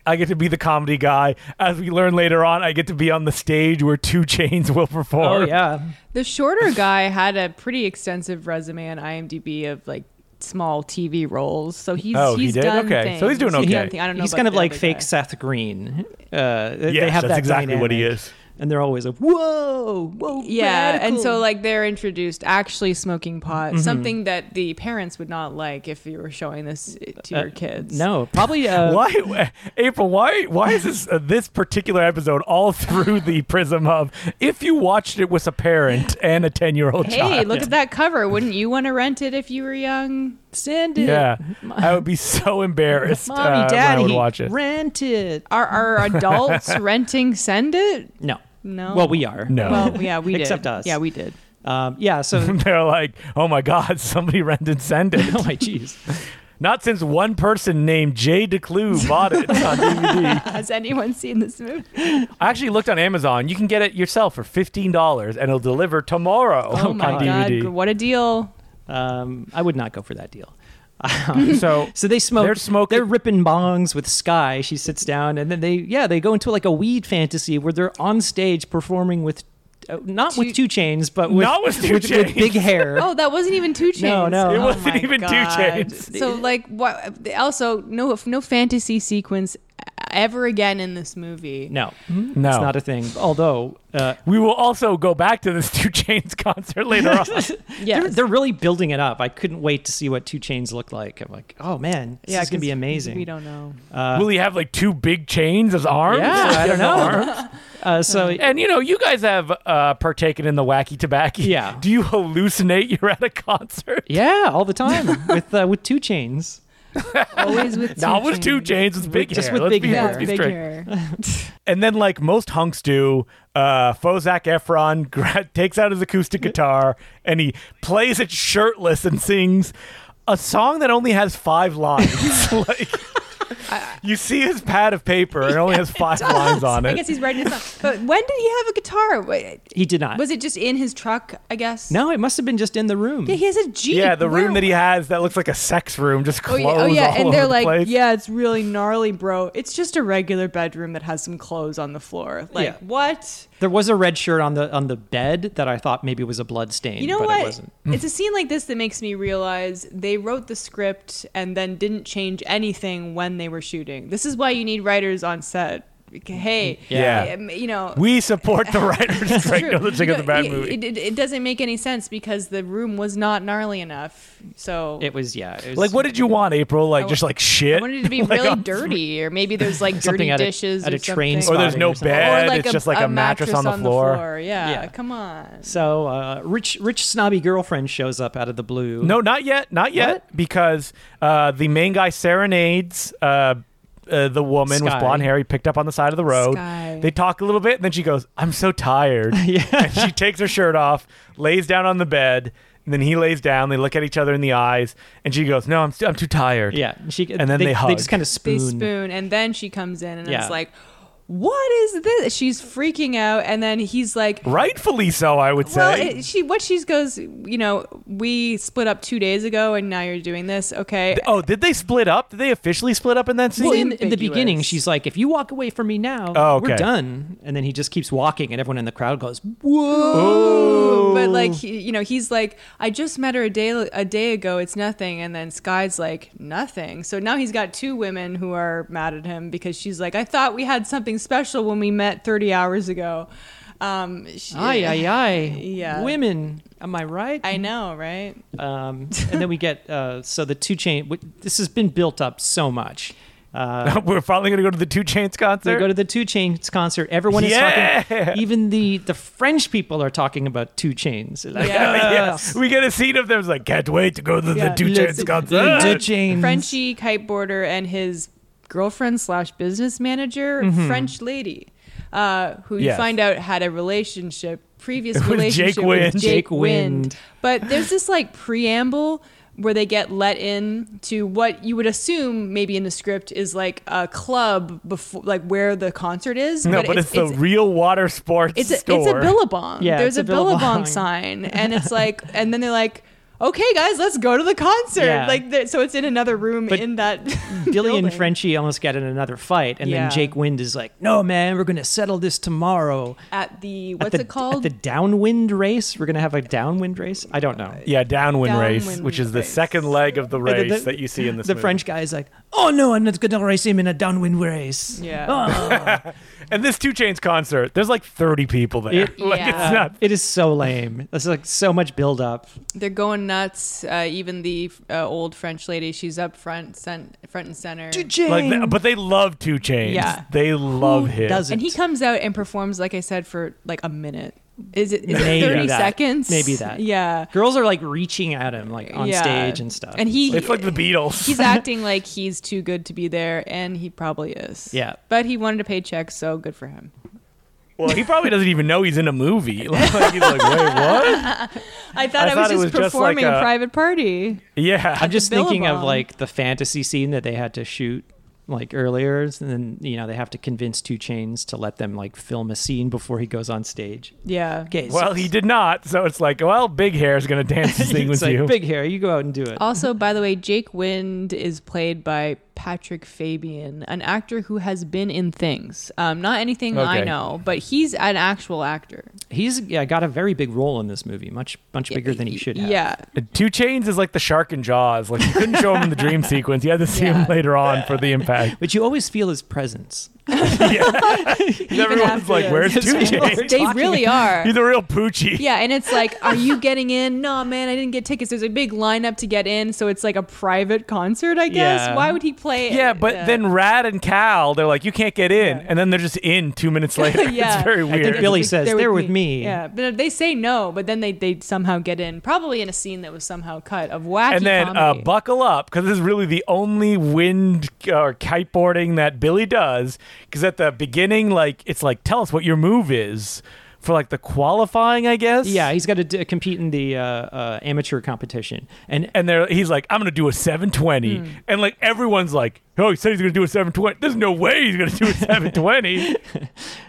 I get to be the comedy guy. As we learn later on, I get to be on the stage where Two Chains will
oh
perform.
yeah,
the shorter guy had a pretty extensive resume on IMDb of like small TV roles. So he's
Oh, he
he's
did?
done
Okay.
things.
So he's doing
done
okay.
thing- I don't know.
He's
about
kind of
the
like
other
fake
guy.
Seth Green. Uh, they
Yes,
have
that's
that
exactly what he
dynamic.
is.
and they're always like, "Whoa, whoa,
Yeah, and so
radical."
like they're introduced actually smoking pot, something that the parents would not like if you were showing this to your kids.
no, probably uh,
why, April? Why? Why is this uh, this particular episode all through the prism of if you watched it with a parent and a ten year old child?
Hey, look at that cover. Wouldn't you want to rent it if you were young?
send it.
Yeah, I would be so embarrassed. uh,
mommy,
when I
daddy,
would watch it.
rent it.
Are are adults renting send it?
No,
No.
Well, we are.
No.
Well, yeah, we did.
Except us.
Yeah, we did.
Um, yeah. So,
They're like, oh my god, somebody rented Send It.
oh my jeez.
Not since one person named Jay DeClue bought it on DVD.
Has anyone seen this movie?
I actually looked on Amazon. You can get it yourself for fifteen dollars, and it'll deliver tomorrow
Oh,
on
my
DVD.
god, what a deal.
Um, I would not go for that deal.
So
So they smoke.
They're smoking-
They're ripping bongs with Sky. She sits down, and then they yeah they go into like a weed fantasy where they're on stage performing with uh, not with two chains, but with
Not with Two
with,
Chainz.
with big hair.
Oh, that wasn't even two chains.
no. It
Oh
wasn't
my
even two
God.
chains.
So like, what? Also, no, no fantasy sequence ever again in this movie.
No,
No.
it's not a thing. Although uh,
we will also go back to this Two Chains concert later on.
Yes.
they're, they're really building it up. I couldn't wait to see what two chains look like. I'm like, oh man, this is gonna
'cause
be amazing.
We don't know.
will he have like two big chains as arms?
Uh, Yeah, I don't know.
Arms?
Uh, so
And you know, you guys have uh, partaken in the wacky tobacco.
Yeah.
Do you hallucinate you're at a concert?
yeah, all the time with uh, with two chains.
Always with two
Not with two chains, with big
Just
hair.
with
Let's
big
be,
hair.
let's be
big
straight.
hair.
And then, like most hunks do, uh, Fozak Efron gra- takes out his acoustic guitar and he plays it shirtless and sings a song that only has five lines. like, you see his pad of paper and it only has five lines on
I
it.
guess he's writing a song. But when did he have a guitar? Wait,
He did not.
Was it just in his truck? I guess.
no, it must have been just in the room.
Yeah, he has a jeep.
yeah, the room
Where-
that he has that looks like a sex room just
Oh
clothes
yeah, oh yeah,
all
and
over
they're
the
like,
place.
yeah, it's really gnarly, bro. It's just a regular bedroom that has some clothes on the floor. Like
Yeah.
what?
There was a red shirt on the on the bed that I thought maybe was a blood stain.
You know
but
what?
It wasn't. Hmm.
It's a scene like this that makes me realize they wrote the script and then didn't change anything when they were shooting. This is why you need writers on set. Beca-
Mm-hmm.
Hey,
Yeah.
um, you know,
We support the writers'
it's
strike. No, the chick
You
of the
know,
bad
it-
movie.
It, it, it doesn't make any sense because the room was not gnarly enough. So
It was yeah. It was,
like, what did you want, April? Like,
I
just
wa-
like shit.
I wanted it to be
Like,
really
on-
dirty, or maybe there's like
Something
dirty
at a-
dishes
at
or
a train
something.
Or there's no
Something. Or
bed. it's just like a, mattress, on the floor.
Yeah,
Yeah.
come on.
So uh, rich rich snobby girlfriend shows up out of the blue.
No, not yet. Not yet. Because uh, the main guy serenades uh, uh, the woman with
Sky.
blonde hair he picked up on the side of the road.
Sky.
They talk a little bit, and then she goes, I'm so tired. yeah. And she takes her shirt off, lays down on the bed, and then he lays down. They look at each other in the eyes, and she goes, No, I'm, st- I'm too tired.
Yeah. She
And then they hug.
just kind of
They
spoon.
spoon, and then she comes in, and
Yeah.
it's like, what is this? She's freaking out, and then he's like,
Rightfully so, I would
Well,
say.
it, she what she goes, you know, we split up two days ago, and now you're doing this. Okay,
oh, did they split up? Did they officially split up in that scene?
Well, in, in the
ambiguous.
beginning, she's like, "If you walk away from me now,
Oh, okay.
we're done." And then he just keeps walking, and everyone in the crowd goes, "Whoa!"
Ooh, but
Oh.
like he, you know he's like i just met her a day a day ago it's nothing and then sky's like nothing so now he's got two women who are mad at him because she's like i thought we had something special when we met 30 hours ago um she,
Aye, aye, aye.
Yeah.
Women, am I right?
i know right
um, and then we get uh, so the two chain. w- This has been built up so much. Uh,
We're finally going to go to the Two Chains concert.
They go to the Two Chains concert. Everyone is
Yeah.
talking. Even the the French people are talking about Two Chains. Like,
yes. We get a scene of them it's like, can't wait to go to
Yeah.
the Two
Let's-
Chains
"Ah, Two
concert.
Chains.
frenchie kiteboarder and his girlfriend slash business manager french lady uh, who
Mm-hmm. Yes.
you find out had a relationship previous
With
relationship
Jake Wind.
with
Jake
Jake Wind.
Wind.
But there's this like preamble where they get let in to what you would assume maybe in the script is like a club before like where the concert is.
No, but, it's, the real water sports
it's a, it's
store.
a Billabong.
Yeah,
There's
it's
a,
a
Billabong.
Billabong.
sign, and it's like, and then they're like, okay, guys, let's go to the concert.
Yeah.
Like, th- so it's in another room
But
in that.
Billy
building.
and Frenchie almost get in another fight, and
Yeah.
then Jake Wind is like, "No, man, we're gonna settle this tomorrow."
at the
At
what's
the-
it called?
At the downwind race. We're gonna have a downwind race. I don't know.
Yeah, downwind, race,
Downwind
which is the
race.
second leg of the
The-
race
the-
that you see in this
The
movie.
French guy is like, "Oh no, I'm not gonna race him in a downwind race."
Yeah.
Oh.
And this Two Chains concert, there's like 30 people there.
It-
like
Yeah.
it's not
It is so lame. There's like so much build up.
They're going nuts. Uh, even the uh, old French lady, she's up front, cent- front and center.
like th- but they love Two Chains.
Yeah.
They love
Who
him.
doesn't?
And he comes out and performs, like I said, for like a minute. Is it, is
Maybe
it 30
that.
seconds?
Maybe that.
Yeah.
Girls are like reaching at him, like on
Yeah.
stage and stuff.
And he,
It's like the Beatles.
he's acting like he's too good to be there, and he probably is.
Yeah.
But he wanted a paycheck, so good for him.
well, he probably doesn't even know he's in a movie. Like, he's like, wait, what?
I thought
I
I,
thought it
was
was
just
just
performing
like
a,
a-
private party.
Yeah.
I'm just
the
thinking of
Billabong.
like the fantasy scene that they had to shoot like earlier, and then you know they have to convince Two Chains to let them like film a scene before he goes on stage.
Yeah.
Okay, so
Well, he did not. So it's like, well, Big Hair's going to dance this thing with
it's like,
you.
Big hair, you go out and do it.
Also, by the way, Jake Wind is played by Patrick Fabian, an actor who has been in things. Um, not anything I
Okay.
know, but he's an actual actor.
He's yeah got a very big role in this movie, much much bigger than he should have.
Yeah.
Two Chains is like the shark in Jaws. Like, you couldn't show him in the dream sequence. You had to see
Yeah.
him later on for the impact.
But you always feel his presence.
Everyone's
after
like,
this.
where's
Yes,
Two
people are
Chains?
They
Talking-
really are.
He's a real poochie.
Yeah, and it's like, are you getting in? No, man, I didn't get tickets. There's a big lineup to get in, so it's like a private concert, I guess.
Yeah.
Why would he play? it?
Yeah, but
Uh,
then Rad and Cal, they're like, you can't get in, and then they're just in two minutes later.
Yeah.
It's very
I
weird.
think Billy says, "They're with me."
Yeah, but they say no, but then they they somehow get in, probably in a scene that was somehow cut of wacky
and then uh,
comedy.
buckle up because this is really the only wind uh, or kiteboarding that Billy does. Because at the beginning, like it's like, tell us what your move is for like the qualifying, I guess.
Yeah, he's got to d- compete in the uh, uh, amateur competition, and
And there, he's like, I'm gonna do a 720,
Hmm.
and like everyone's like, oh, he said he's gonna do a 720. There's no way he's gonna do a 720.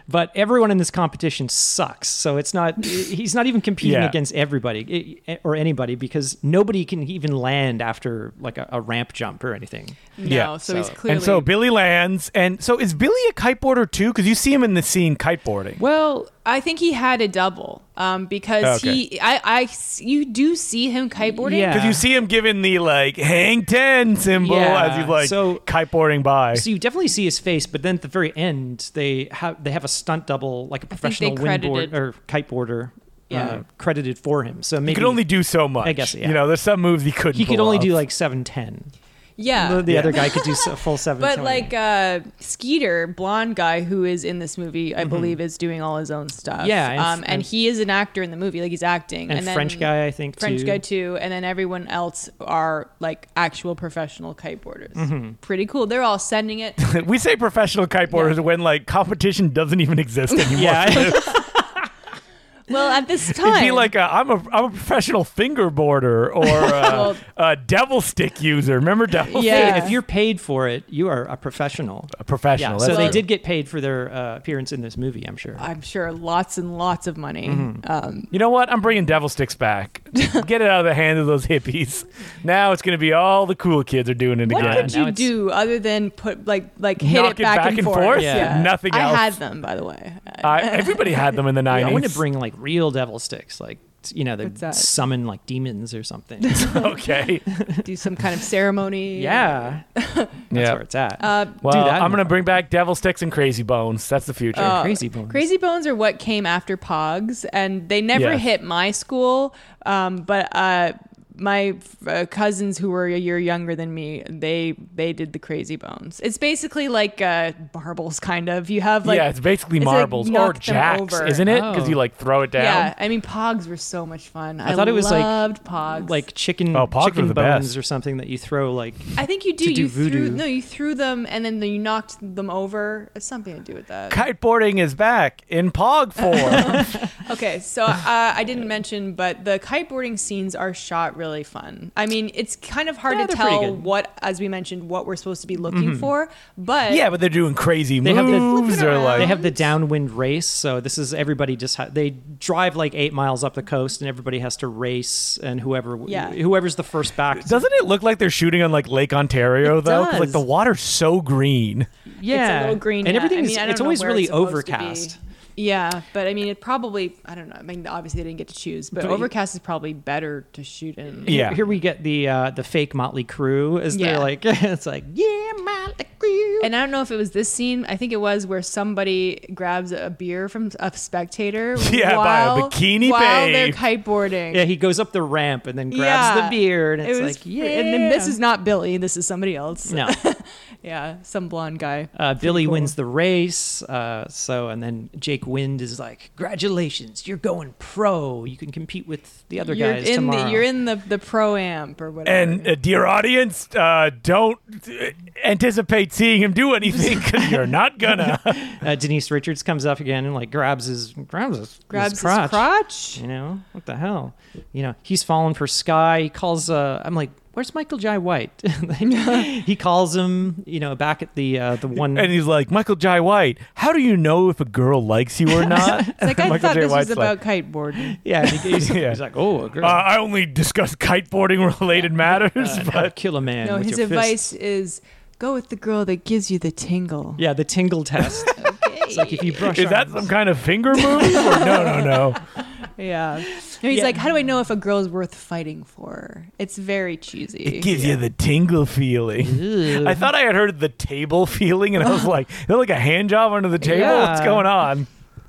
but everyone in this competition sucks. So it's not he's not even competing
Yeah.
against everybody eh, or anybody because nobody can even land after like a, a ramp jump or anything.
no,
yeah,
so, he's
so- and
clearly.
And so Billy lands, and so is Billy a kiteboarder too? Because you see him in the scene kiteboarding.
well, I think he had a double um, because
Oh, Okay.
he, I, I s- you do see him kiteboarding.
Yeah.
Because you see him giving the like hang ten symbol
Yeah,
as he's like
so-
kiteboarding by.
So you definitely see his face, but then at the very end they have they have a stunt double like a
think
professional
they
windboard
credited-
or kiteboarder
Yeah.
uh, credited for him. So maybe
you could only do so much.
I guess, yeah.
You know, there's some moves he couldn't.
he could
pull
only do
off.
like seven ten.
yeah.
The, the
Yeah.
other guy could do s- a full seven.
But like uh, Skeeter, blonde guy who is in this movie, I believe, is doing all his own stuff.
Yeah, and-
um, and,
and-
he is an actor in the movie, like he's acting.
and,
um, then
French guy, I think
French
too.
guy too, and then everyone else are like actual professional kiteboarders. Pretty cool. They're all sending it.
we say professional kiteboarders
Yeah.
when like competition doesn't even exist anymore.
Yeah,
Well, at this
It'd
time,
be like i I'm a I'm a professional fingerboarder or
Well-
a, a devil stick user. Remember devil?
Yeah.
stick?
if you're paid for it, you are a professional.
A professional.
Yeah,
that's
so they
true.
did get paid for their uh, appearance in this movie, I'm sure.
I'm sure lots and lots of money. Um,
You know what? I'm bringing devil sticks back. Get it out of the hands of those hippies. Now it's gonna be all the cool kids are doing it
what
again.
could
now
you
it's-
do other than put like like hit
Knock
it back, and, forth?
Yeah.
Nothing else.
I had them, by the way.
I, everybody had them in the 90s.
I want to bring like real devil sticks, like t- you know,
What's
they
that?
summon like demons or something.
okay.
Do some kind of ceremony.
yeah, that's where it's at.
Uh,
Well,
that
I'm going to
more.
bring back Devil Sticks and Crazy Bones. That's the future.
Uh,
Crazy Bones.
Crazy Bones are what came after Pogs, and they never
Yes.
hit my school. Um, but uh, my uh, cousins who were a year younger than me, they they did the Crazy Bones. It's basically like uh, marbles, kind of. You have like
yeah, it's basically
it's like
marbles
knock
or
them
jacks,
over.
isn't it? Because
Oh.
you like throw it down.
yeah. I mean, Pogs were so much fun. I,
thought it was, like-
loved Pogs.
like chicken,
Oh, pogs are
chicken
the
bones
best.
or something that you throw like.
I think you do.
to do
you threw
voodoo.
no, you threw them, and then you knocked them over. It's something to do with that.
Kiteboarding is back in Pog form.
Okay, so uh, I didn't mention, but the kiteboarding scenes are shot really fun. I mean, it's kind of hard
Yeah,
to
they're pretty
tell
good. Mm-hmm.
what, as we mentioned, what we're supposed to be looking for, but
Yeah, but they're doing crazy
They have the-
moves.
Flip it
Or
around.
like
They have the downwind race, so this is everybody just ha- they drive like eight miles up the coast, and everybody has to race, and whoever
Yeah.
whoever's the first back.
Doesn't it look like they're shooting on like Lake Ontario
It
though? 'Cause, Like
does.
the water's so green.
it's a little green.
and
hat. I
everything's
mean, I don't
it's
know
always
where
really
supposed to be.
overcast.
Yeah, but I mean, it probably I don't know. I mean, obviously they didn't get to choose, but
But-
overcast is probably better to shoot in.
Yeah.
Here we get the uh, the fake Motley Crew as
Yeah.
they're like it's like yeah Motley Crew.
And I don't know if it was this scene. I think it was where somebody grabs a beer from a spectator.
Yeah, by a
while,
bikini
while they're
babe.
kiteboarding.
yeah, he goes up the ramp and then grabs
Yeah.
the beard, and
It
it's
was
like
fr-
yeah.
And then this is not Billy. This is somebody else.
no.
Yeah, some blonde guy.
Uh, Billy
cool.
wins the race. Uh, so, and then Jake Wind is like, "Congratulations, you're going pro. You can compete with the other
You're
guys
in
tomorrow."
the you're in the the pro amp or whatever.
And uh, dear audience, uh, don't uh, anticipate seeing him do anything because you're not gonna.
uh, Denise Richards comes up again and like grabs his grabs his,
grabs
his crotch.
his crotch.
You know what the hell? You know he's falling for Sky. He calls. Uh, I'm like, "Where's Michael Jai White?" he calls him. You know, back at the uh, the one.
And he's like, Michael Jai White, how do you know if a girl likes you or not?
It's like I
Michael
thought
J.
this
White's
was about kiteboarding.
yeah, he- he's,
Yeah.
he's like, "Oh, a girl,
Uh, I only discuss kiteboarding related matters,
uh,
but
kill a man."
No,
with
his
your fist."
advice is go with the girl that gives you the tingle.
Yeah, the tingle test. It's like if you brush.
is that
arms-
some kind of finger move? Or no, no, no.
Yeah. No, he's
Yeah.
like, how do I know if a girl's worth fighting for? It's very cheesy.
It gives you the tingle feeling.
Ew.
I thought I had heard the table feeling, and I was like, is that like a hand job under the table? What's
Yeah.
going on?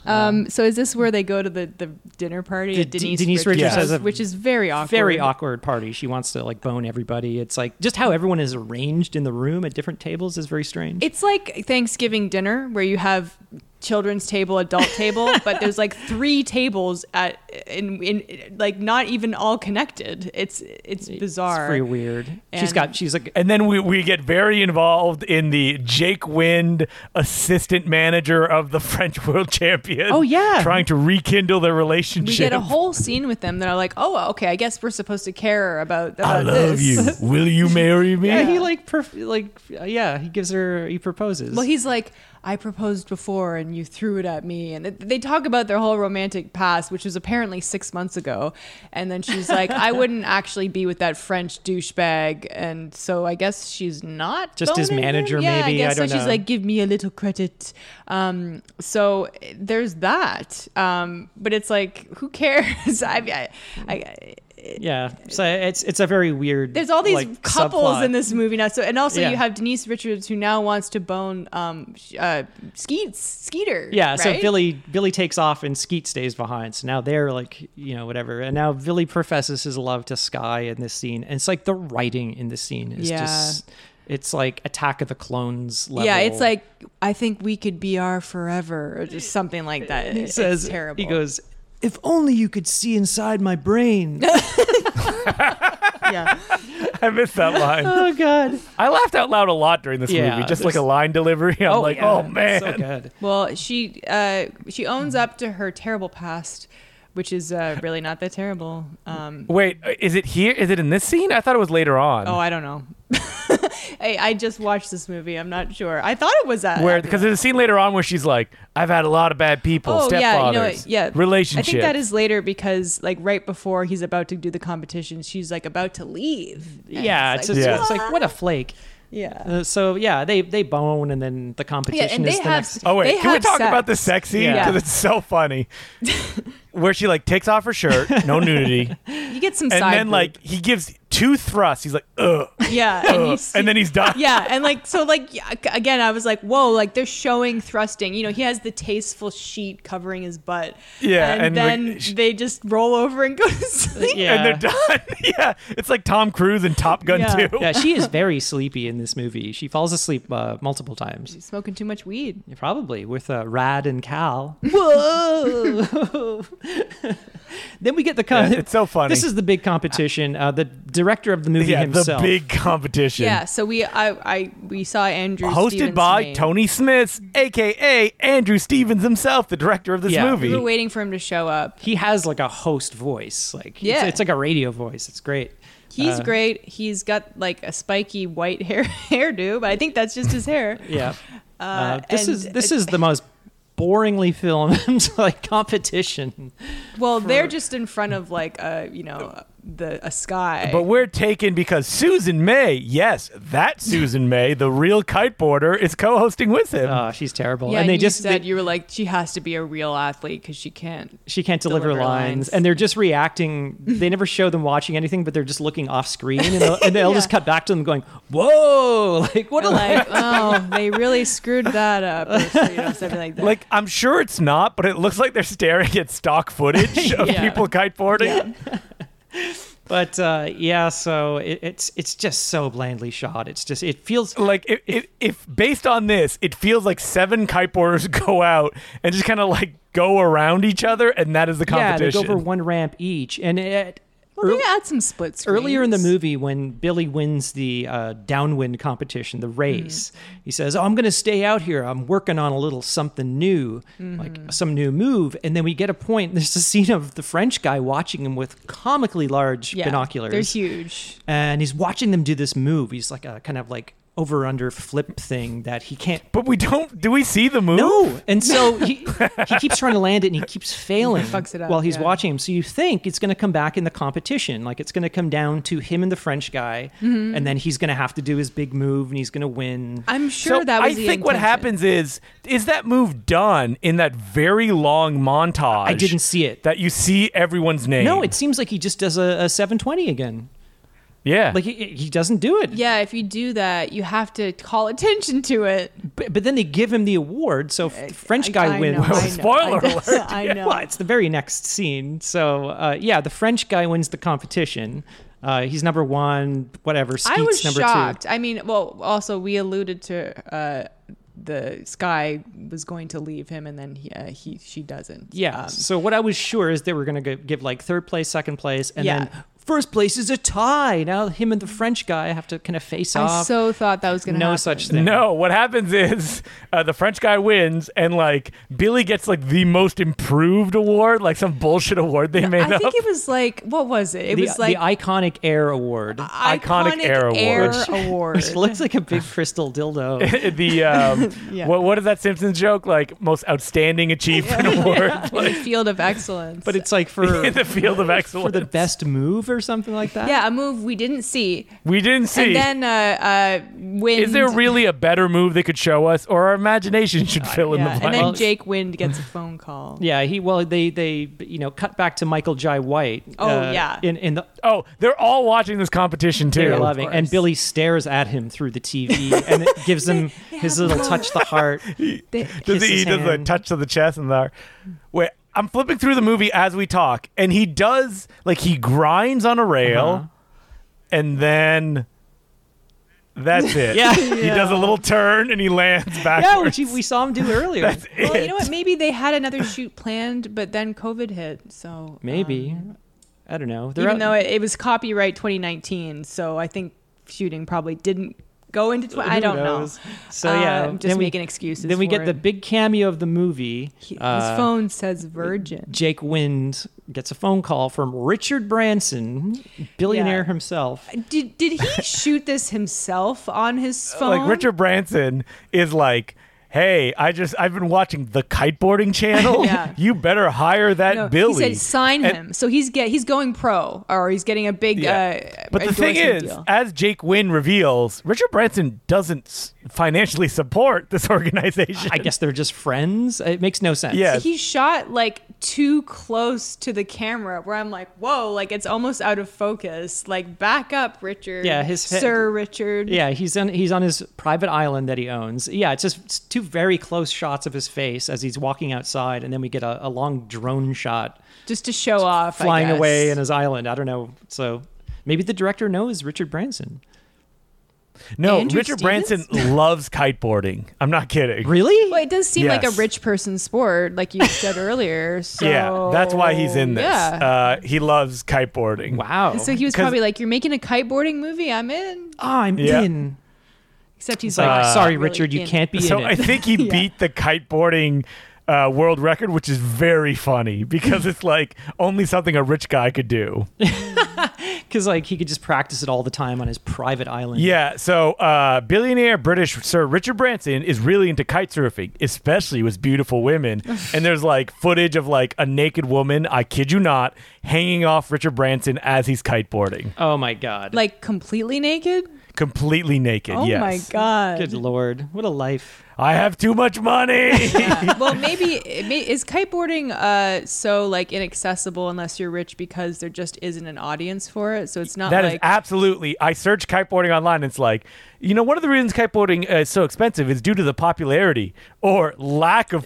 um, so is this where they go to the, the dinner party
The
at
D-
Denise,
Denise
Richards,
Richards
house,
has a
which is very awkward.
very awkward party. She wants to like bone everybody. It's like just how everyone is arranged in the room at different tables is very strange.
It's like Thanksgiving dinner where you have children's table, adult table, but there's like three tables at in, in like not even all connected. It's it's
It's
bizarre.
very weird. she's
And-
got. She's like.
And then we, we get very involved in the Jake Wind, assistant manager of the French world champion.
Oh, yeah.
Trying to rekindle their relationship.
we get a whole scene with them that are like, oh, okay, I guess we're supposed to care about, about
I love
this.
you. Will you marry me?
Yeah, he like perf- like yeah. He gives her. He proposes.
Well, he's like, I proposed before and you threw it at me. And it- they talk about their whole romantic past, which was apparently six months ago. And then she's like, I wouldn't actually be with that French douchebag. And so I guess she's not.
Just his
boning him?
manager,
yeah,
maybe.
I
I
guess
don't
so. She's
know.
like, give me a little credit. Um, so eh, there's that. Um, but it's like, who cares? I, I, I,
yeah. So it's it's a very weird.
there's all these
like,
couples in
subplot.
this movie now. So and also
Yeah.
you have Denise Richards who now wants to bone um sh- uh Skeets Skeeter.
Yeah,
right?
so Billy Billy takes off and Skeet stays behind. So now they're like, you know, whatever. And now Billy professes his love to Sky in this scene. And it's like the writing in this scene is
Yeah.
just it's like Attack of the Clones level.
Yeah, it's like I think we could be our forever or just something like that.
he
It's
says
terrible.
He goes, If only you could see inside my brain.
yeah.
I missed that line.
oh god.
I laughed out loud a lot during this
Yeah,
movie, just like
there's-
a line delivery. I'm like,
yeah,
oh
it's
man.
So good.
Well, she uh she owns up to her terrible past, which is uh really not that terrible. Um
Wait, is it here? Is it in this scene? I thought it was later on.
oh, I don't know. I, I just watched this movie. I'm not sure. I thought it was that.
where because there's a scene later on where she's like, "I've had a lot of bad people, stepfathers,
Oh, yeah, you know, what? yeah, I
relationship."
think that is later because, like, right before he's about to do the competition, she's like about to leave. And
Yeah, it's, just,
Yeah.
it's like what a flake.
yeah,
Uh, so yeah, they they bone and then the competition
and
is
they
the
have-
next
Oh wait,
They
can we
have
talk
sex.
about the sex scene?
Yeah.
Because it's so funny. Where she like takes off her shirt, no nudity, and
you get some side.
then
boob.
like he gives two thrusts. He's like, "Ugh,"
yeah, and,
ugh,"
he's,
and then he's done.
yeah, and like so, like yeah, ag- again, I was like, whoa, like they're showing thrusting. You know, he has the tasteful sheet covering his butt.
Yeah,
and,
and, like,
then
sh-
they just roll over and go to sleep.
Yeah.
And they're done. yeah, it's like Tom Cruise in Top Gun
Yeah.
2.
yeah, she is very sleepy in this movie. She falls asleep uh, multiple times,
Smoking too much weed.
probably with uh, Rad and Cal.
Whoa.
Then we get the con-
Yeah, it's so funny.
This is the big competition. Uh, the director of the movie
yeah, the
himself.
big competition.
Yeah, so we I, I we saw Andrew
Hosted
Stevens'
by
name.
Tony Smith, aka Andrew Stevens himself, the director of this
Yeah.
We were
movie.
waiting for him to show up.
he has like a host voice. Like yeah.
Yeah.
it's, it's like a radio voice. It's great.
He's
Uh,
great. He's got like a spiky white hair hairdo, but I think that's just his hair.
Yeah. Uh, this
and uh,
is this is the most boringly filmed like competition.
Well, they're just in front of like a you know the a sky.
But we're taken because Susan May, yes, that Susan May, the real kiteboarder, is co-hosting with him.
Oh, she's terrible.
yeah,
and they
you
just
said
they-
you were like she has to be a real athlete because she can't.
she can't deliver,
deliver
lines.
lines.
and they're just reacting. They never show them watching anything, but they're just looking off screen, and they'll, and they'll just
Yeah.
cut back to them going, "Whoa!" Like what a
Like oh, they really screwed that up. Or, so, you know, something like that.
Like I'm sure it's not, but it looks like they're staring at stock footage of
Yeah.
people kiteboarding.
But uh, yeah, so it, it's it's just so blandly shot. It's just it feels
Like if, if, if based on this, it feels like seven kiteboarders go out and just kind of like go around each other, and that is the
yeah. They go
competition.
over one ramp each, and it. er,
well, they
ear-
add some split screens.
Earlier in the movie, when Billy wins the uh, downwind competition, the race, he says, "Oh, I'm going to stay out here. I'm working on a little something new, like some new move." And then we get a point. and There's a scene of the French guy watching him with comically large
yeah,
binoculars
They're huge.
and he's watching them do this move. He's like a kind of like over under flip thing that he can't.
but we don't. Do we see the move?
No, and so he he keeps trying to land it, and he keeps failing
fucks it up,
while he's
yeah.
watching him. So you think it's going to come back in the competition, like it's going to come down to him and the French guy,
Mm-hmm.
and then he's going to have to do his big move, and he's going to win.
I'm sure
so
that was
I
the
think what
intention.
happens is is that move done in that very long montage.
I didn't see it.
That you see everyone's name.
no, it seems like he just does a, a 720 again.
yeah.
Like he, he doesn't do it.
Yeah, if you do that, you have to call attention to it.
But, but then they give him the award, so f- the French
I-
guy
I
wins.
know, I know,
spoiler
I know, I know.
Well, it's the very next scene. So, uh, yeah, the French guy wins the competition. Uh, he's number one, whatever. Skeet's
I was
number
shocked. I mean, well, also we alluded to uh, the sky was going to leave him, and then he, uh, he she doesn't.
two. Yeah.
Um,
so, what I was sure is they were going to give like third place, second place, and
Yeah.
then first place is a tie. Now, him and the French guy have to kind of face
I
off.
so thought that was going to
no
happen.
such thing.
no, what happens is uh, the French guy wins, and like Billy gets like the most improved award, like some bullshit award they made
I
up.
think it was like what was it? It
the,
was like Uh,
the iconic air award,
Iconic Air Award.
Air Award.
which looks like a big crystal dildo.
the um,
Yeah.
what what is that Simpsons joke like most outstanding achievement award
in the field of excellence.
But it's like for
in the field of
for
excellence
the best move or something like that.
yeah, a move we didn't see.
We didn't see.
And then uh, uh, wind.
is there really a better move they could show us, or our imagination should fill in
Uh, yeah,
the
and
blank?
then
Well-
Jake Wind gets a phone call.
Yeah, he well they they you know cut back to Michael Jai White. uh,
Oh, yeah.
in in the
oh, they're all watching this competition too.
they're loving, and
course.
Billy stares at him through the TV, and it gives him
they
his
have
little
love.
touch the heart.
They-
does
Kiss
he,
his
does the
hand.
touch to the chest and the wait i'm flipping through the movie as we talk and he does like he grinds on a rail
Uh-huh.
and then that's it
Yeah.
he does a little turn and he lands
Yeah, which
backwards
he, we saw him do earlier.
That's
Well, you
it.
know what? Maybe they had another shoot planned, but then COVID hit. So
Maybe
um,
I don't know.
even
out-
though it, it was copyright 2019, so I think shooting probably didn't go into. Tw- I
who
don't
knows?
know.
So yeah,
Uh, I'm
then
just
we-
making excuses.
Then we
for
get the
it.
big cameo of the movie.
He- His
uh,
phone says Virgin.
Jake Wind gets a phone call from Richard Branson, billionaire
Yeah.
himself.
Did did he shoot this himself on his phone?
like richard branson is like Hey, I just I've been watching the kiteboarding channel.
Yeah.
You better hire that
No,
Billy.
He said sign
And-
him. So he's get he's going pro, or he's getting a big. Uh,
but the thing is,
endorsement deal.
as Jake Wynn reveals, Richard Branson doesn't s- financially support this organization.
I guess they're just friends. It makes no sense.
Yeah.
he shot like too close to the camera where i'm like whoa like it's almost out of focus like back up richard
Yeah, his head-
sir richard
Yeah, he's on he's on his private island that he owns. Yeah, it's just it's two very close shots of his face as he's walking outside, and then we get a, a long drone shot
just to show off I
flying
guess.
away in his island. I don't know. So maybe the director knows Richard Branson.
No,
Andrew
Richard Branson loves kiteboarding. I'm not kidding.
Really?
Well, it does seem like
Yes.
a rich person sport, like you said earlier. So
Yeah, that's why he's in this.
Yeah.
Uh, he loves kiteboarding.
wow.
so he was
'Cause-
probably like, "You're making a kiteboarding movie? I'm in."
oh, I'm
Yeah.
in.
Except he's
It's like,
like, "I'm
Uh, sorry,
not really
Richard, you
in."
can't be
Ah. So
in
I
it.
think he
Yeah.
beat the kiteboarding uh, world record, which is very funny because it's like only something a rich guy could do.
Because like he could just practice it all the time on his private island.
Yeah, so uh, billionaire British Sir Richard Branson is really into kitesurfing, especially with beautiful women. and there's like footage of like a naked woman, I kid you not, hanging off Richard Branson as he's kiteboarding,
Oh my god.
Like completely naked.
completely naked.
Oh
yes.
my god.
Good lord, what a life!
I have too much money.
Yeah. Well, maybe it may, is kiteboarding uh, so like inaccessible unless you're rich because there just isn't an audience for it. So it's not
That is
like
absolutely. I search kiteboarding online. And it's like, you know, one of the reasons kiteboarding uh, is so expensive is due to the popularity or lack of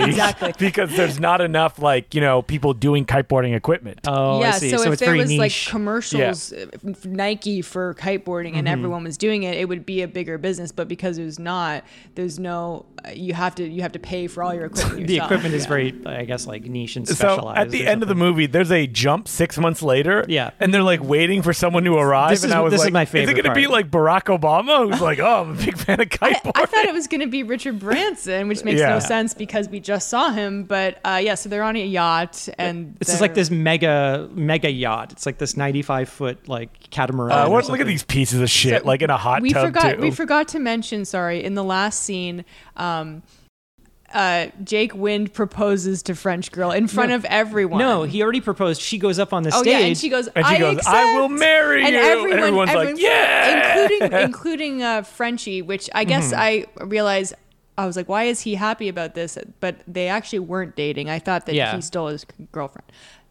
Exactly.
Because there's not enough, like, you know, people doing kiteboarding equipment.
Oh,
yeah.
I see.
So, if
it's
there
very
was like
niche. Mm-hmm.
commercials, uh, f- Nike for kiteboarding, and everyone was doing it, it would be a bigger business. But because there's not, there's no. uh, You have to you have to pay for all your equipment.
the
yourself.
equipment is very, I guess, like niche and
so
specialized.
at the end of the movie, there's a jump six months later.
Yeah.
And they're like waiting for someone to arrive.
This
and
is-
I was
this is
like,
my
Is
favorite
it going to be
part.
like Barack Obama? Who's like, oh, I'm a big fan of kiteboarding.
I thought it was going to be Richard Branson, which makes
Yeah.
no sense because we just saw him. But uh, yeah, so they're on a yacht, and
This is like
they're-
this mega mega yacht. It's like this ninety-five foot like catamaran.
Uh,
or
what, look at
something.
these pieces of shit, like in a hot
we
tub,
forgot
too.
we forgot to mention sorry in the last scene um uh jake wind proposes to french girl in front of everyone
No, he already proposed. She goes up on the
oh
stage.
yeah and she goes
And she
I
goes,
accept.
I will marry
and
you.
everyone,
and everyone's
everyone-
like, yeah. Mm-hmm.
including including uh frenchie which i guess i realize I was like, why is he happy about this? But they actually weren't dating. I thought that
Yeah.
he stole his girlfriend.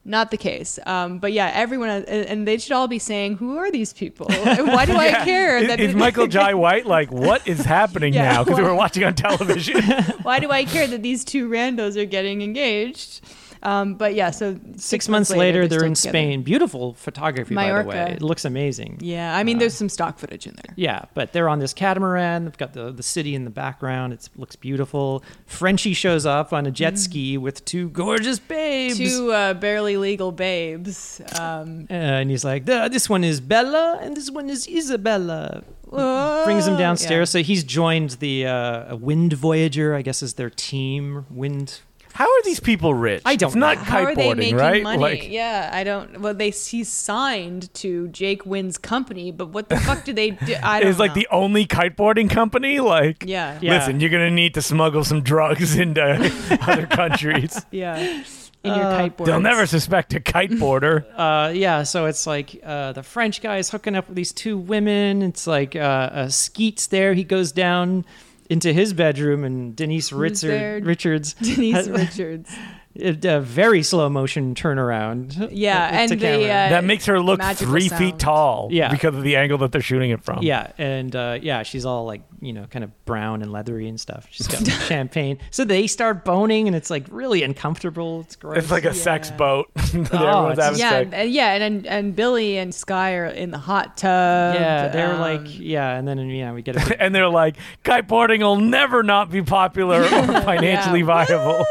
Not the case. Um, but yeah, everyone, and, and they should all be saying, who are these people? Why do I care?
Is,
that
is Michael Jai White like what is happening
Yeah.
now? Because we were watching on television.
why do I care that these two randos are getting engaged? Um, but yeah, so six,
Six months later, they're,
still
in
together.
Spain. Beautiful photography, by the way.
Mallorca.
It looks amazing.
Yeah, I mean,
Uh,
there's some stock footage in there.
Yeah, but they're on this catamaran. They've got the, the city in the background. It looks beautiful. Frenchie shows up on a jet ski with two gorgeous babes.
Mm. Two uh, barely legal babes. Um,
Uh, and he's like, "Th- this one is Bella and this one is Isabella. Brings him
whoa.
downstairs. So he's joined the uh, Wind Voyager, I guess is their team. Wind.
How are these people rich?
I don't
It's not
know.
How are they
kiteboarding,
making
right?
money?
Like,
yeah, I don't. Well, they he signed to Jake Wynn's company, but what the fuck do they do? I don't.
is like
know.
the only kiteboarding company. Like,
yeah
Yeah.
listen, you're gonna need to smuggle some drugs into other countries.
yeah in your kiteboard.
They'll never suspect a kiteboarder.
Uh, yeah, so it's like uh, the French guy is hooking up with these two women. It's like uh, uh, Skeet's there. He goes down into his bedroom, and Denise
there?
Richard, Richards
Denise
has-
Richards.
it, uh, very slow motion turnaround.
Yeah,
to
and they,
camera.
uh,
that makes her look
magical
three feet
sound.
tall.
Yeah.
because of the angle that they're shooting it from.
yeah, and uh, yeah, she's all like you know, kind of brown and leathery and stuff. She's got champagne. So they start boning, and it's like really uncomfortable. It's gross.
It's like a sex
Yeah.
boat. that Everyone's
it's-
having
Yeah,
sex.
and, yeah, and, and and Billy and Sky are in the hot tub.
yeah, they're like
um,
yeah, and then yeah, we get a
and they're like, kiteboarding will never not be popular or financially viable.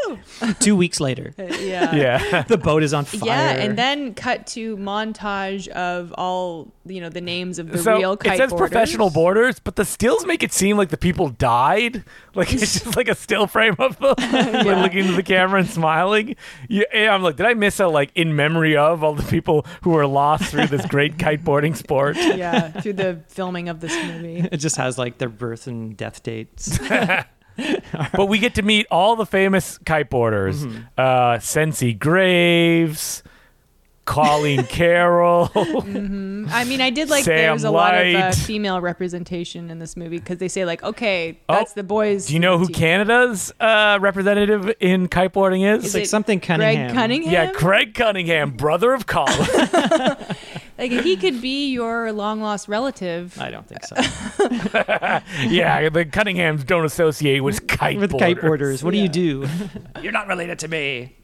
two weeks later.
uh, yeah.
Yeah.
The boat is on fire.
Yeah, and then cut to montage of all you know the names of the
So
real kite
it says
boarders.
professional boarders, but the stills make it seem like the people died. Like it's just like a still frame of them like looking into the camera and smiling. Yeah, and I'm like, did I miss a like in memory of all the people who were lost through this great kiteboarding sport?
Yeah, through the filming of this movie.
It just has like their birth and death dates.
But we get to meet all the famous kiteboarders:
Mm-hmm.
uh, Sensi Graves, Colleen Carroll.
I mean, I did like
Sam
there's a lot of uh,
Light.
female representation in this movie because they say like, okay, that's the boys.
Oh, Do you know who
team.
Canada's uh, representative in kiteboarding is?
It's
Is
like
it
something Cunningham.
Greg Cunningham.
yeah, Craig Cunningham, brother of Colin.
like he could be your long lost relative.
I don't think so.
yeah, the Cunninghams don't associate with kiteboarders.
With kiteboarders, what do
Yeah.
you do?
You're not related to me.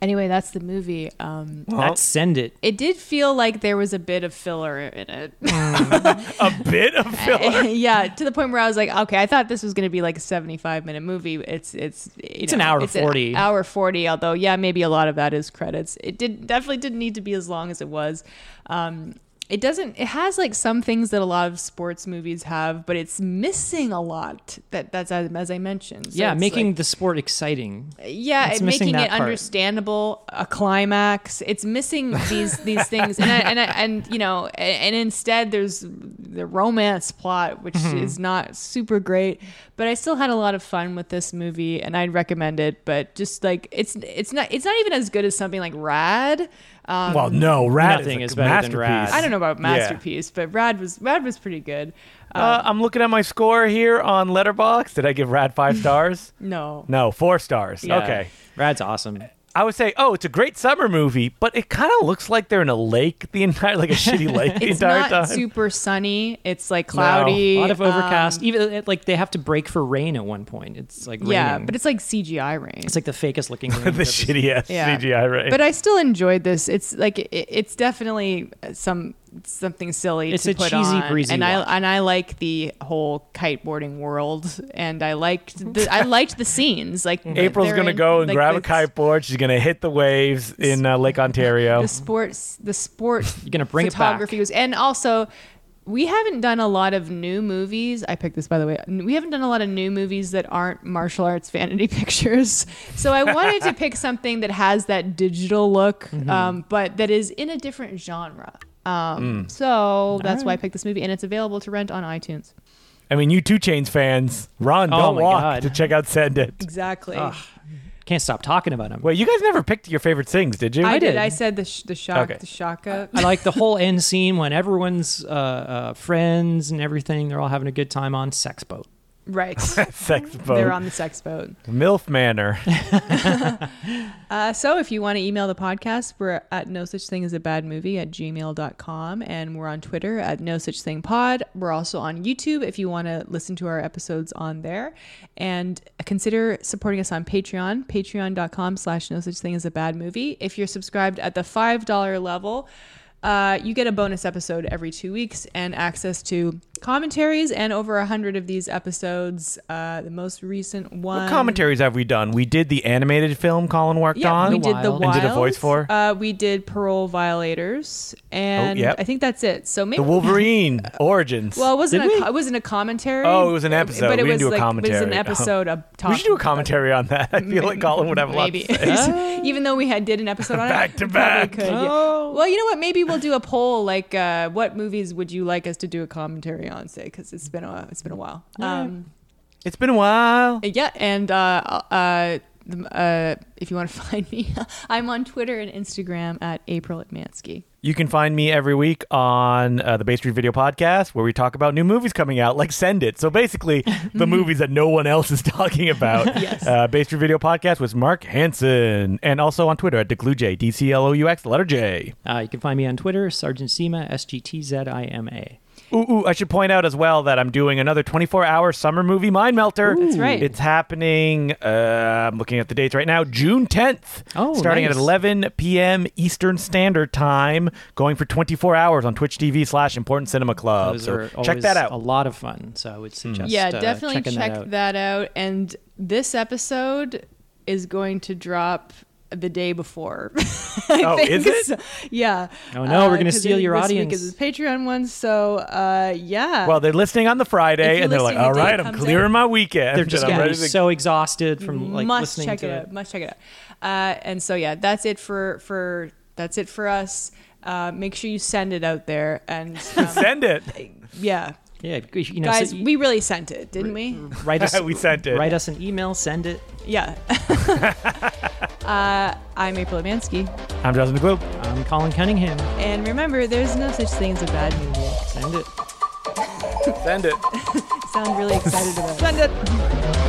Anyway, that's the movie. Um,
Let's send it.
it did feel like there was a bit of filler in it.
a bit of filler.
yeah, to the point where I was like, okay, I thought this was going to be like a 75 minute movie. It's it's you
an
know,
hour
it's
40.
hour 40, although yeah, maybe a lot of that is credits. It did definitely didn't need to be as long as it was. Um it doesn't it has like some things that a lot of sports movies have, but it's missing a lot that that's as, as I mentioned. So
yeah,
it's
making
like-
the sport exciting.
yeah,
It's
it-
missing
making
that
it
part.
understandable, a climax. It's missing these these things, and I, and I, and you know, a- and instead there's the romance plot, which
Mm-hmm.
is not super great. But I still had a lot of fun with this movie, and I'd recommend it. But just like it's it's not it's not even as good as something like Rad. Um,
Well, no, Rad
Nothing
is,
is
a
better than
masterpiece.
Rad.
I don't know about
Yeah.
masterpiece, but Rad was Rad was pretty good. um,
Uh, I'm looking at my score here on Letterbox. Did I give Rad five stars?
No,
no, four stars.
Yeah.
Okay.
Rad's awesome.
I would say, oh, it's a great summer movie, but it kind of looks like they're in a lake the entire, like a shitty lake the
it's
entire
not
time.
super sunny. It's like
No, a lot
cloudy,
A lot of
um,
overcast. Even it- like they have to break for rain at one point. It's like
yeah,
raining.
but it's like CGI rain.
it's like the fakest looking rain. I've
the
ever seen.
shitty ass
Yeah.
CGI, right?
but I still enjoyed this. It's like it, it's definitely some something silly.
It's
to
a
put
cheesy,
on.
breezy
and I
watch.
and I like the whole kiteboarding world, and I liked the, I liked the scenes. Like that um,
April's
they're
gonna
in,
go and
like,
grab
the,
a kiteboard. She's gonna hit the waves in uh, Lake Ontario.
The sports, the sport.
You're gonna bring it back.
photography was, and also. We haven't done a lot of new movies. I picked this by the way. We haven't done a lot of new movies that aren't martial arts vanity pictures. So I wanted to pick something that has that digital look, um, but that is in a different genre. Um, So that's why I picked this movie, and it's available to rent on iTunes.
I mean, you two chains fans, Ron,
Oh
don't
my
walk
God.
to check out Send It.
Exactly.
Can't stop talking about him.
Wait, you guys never picked your favorite things, did you?
I,
I
did.
did.
I said the sh- the shock,
Okay.
the shaka.
I like the whole end scene when everyone's uh, uh, friends and everything. They're all having a good time on sex boat.
right.
Sex boat.
They're on the sex boat.
MILF Manor.
Uh, so if you want to email the podcast, we're at no such thing as a bad movie at gmail.com. And we're on Twitter at no such thing pod. We're also on YouTube if you want to listen to our episodes on there and consider supporting us on Patreon, patreon.com slash no such thing as a bad movie. If you're subscribed at the $5 level, uh, you get a bonus episode every two weeks and access to commentaries and over a hundred of these episodes. Uh, the most recent one.
what commentaries have we done? We did the animated film Colin worked
Yeah,
on.
we did the
Wild.
wild.
And did a voice for?
Uh, we did parole violators, and
yep.
I think that's it. So maybe.
the Wolverine Origins.
well, it wasn't
Did
a,
we?
it wasn't a commentary.
Oh, it was an episode.
But it
We
was
didn't do
like it
a
was an
commentary. Uh-huh.
episode of
we
talk.
should do a commentary on that. I feel like Colin would have a lot
maybe.
to say.
Even though we had did an episode on
Back
it,
to
we probably
back. Oh.
Could, yeah.
Oh.
Well, you know what? Maybe we'll do a poll. Like, uh, what movies would you like us to do a commentary on? Say, because it's been a it's been a while. Um,
It's been a while.
Yeah, and uh, uh, the- uh, if you want to find me, I'm on Twitter and Instagram at April Atmansky.
You can find me every week on uh, the Bay Street Video Podcast, where we talk about new movies coming out, like Send It. So basically, the movies that no one else is talking about.
Yes.
Uh, Bay Street Video Podcast with Mark Hansen, and also on Twitter at DeCluJ, D C L O U X, the letter J.
Uh, you can find me on Twitter, Sergeant Sima, S G T Z I M A.
Ooh, ooh, I should point out as well that I'm doing another 24 hour summer movie Mind Melter.
That's right.
It's happening, uh, I'm looking at the dates right now, June 10th.
Oh,
Starting at
nice.
11 p.m. Eastern Standard Time, going for 24 hours on Twitch TV slash Important Cinema Club.
Those
So
are
check
always
that out. Hmm.
A lot of fun. So I would suggest.
yeah,
uh,
definitely
checking
check
that out.
And this episode is going to drop the day before.
Oh, is it?
So- yeah. Uh,
Oh, no, we're gonna
'cause
steal your
this
audience.
Because it's Patreon one. So, uh, yeah.
Well, they're listening on the
If
Friday,
you're
and they're like,
listening
"All
the day
right,
it
I'm
comes
clearing
out."
my weekend.
They're just
and I'm
gonna
ready
be
to
so exhausted from like
must
listening
check
to
it
it.
out. Must check it out. Uh, and so, yeah, that's it for, for, that's it for us. Uh, make sure you send it out there. And um,
send it."
yeah,
Yeah, you Mm-hmm. know,
guys,
so
we really sent it, didn't we?
write us.
we sent it.
Write us an email. Send it.
Yeah. uh, I'm April Amansky.
I'm Justin the Globe.
I'm Colin Cunningham.
And remember, there's no such thing as a bad movie.
Send it.
Send it.
Sound really excited about it.
Send it.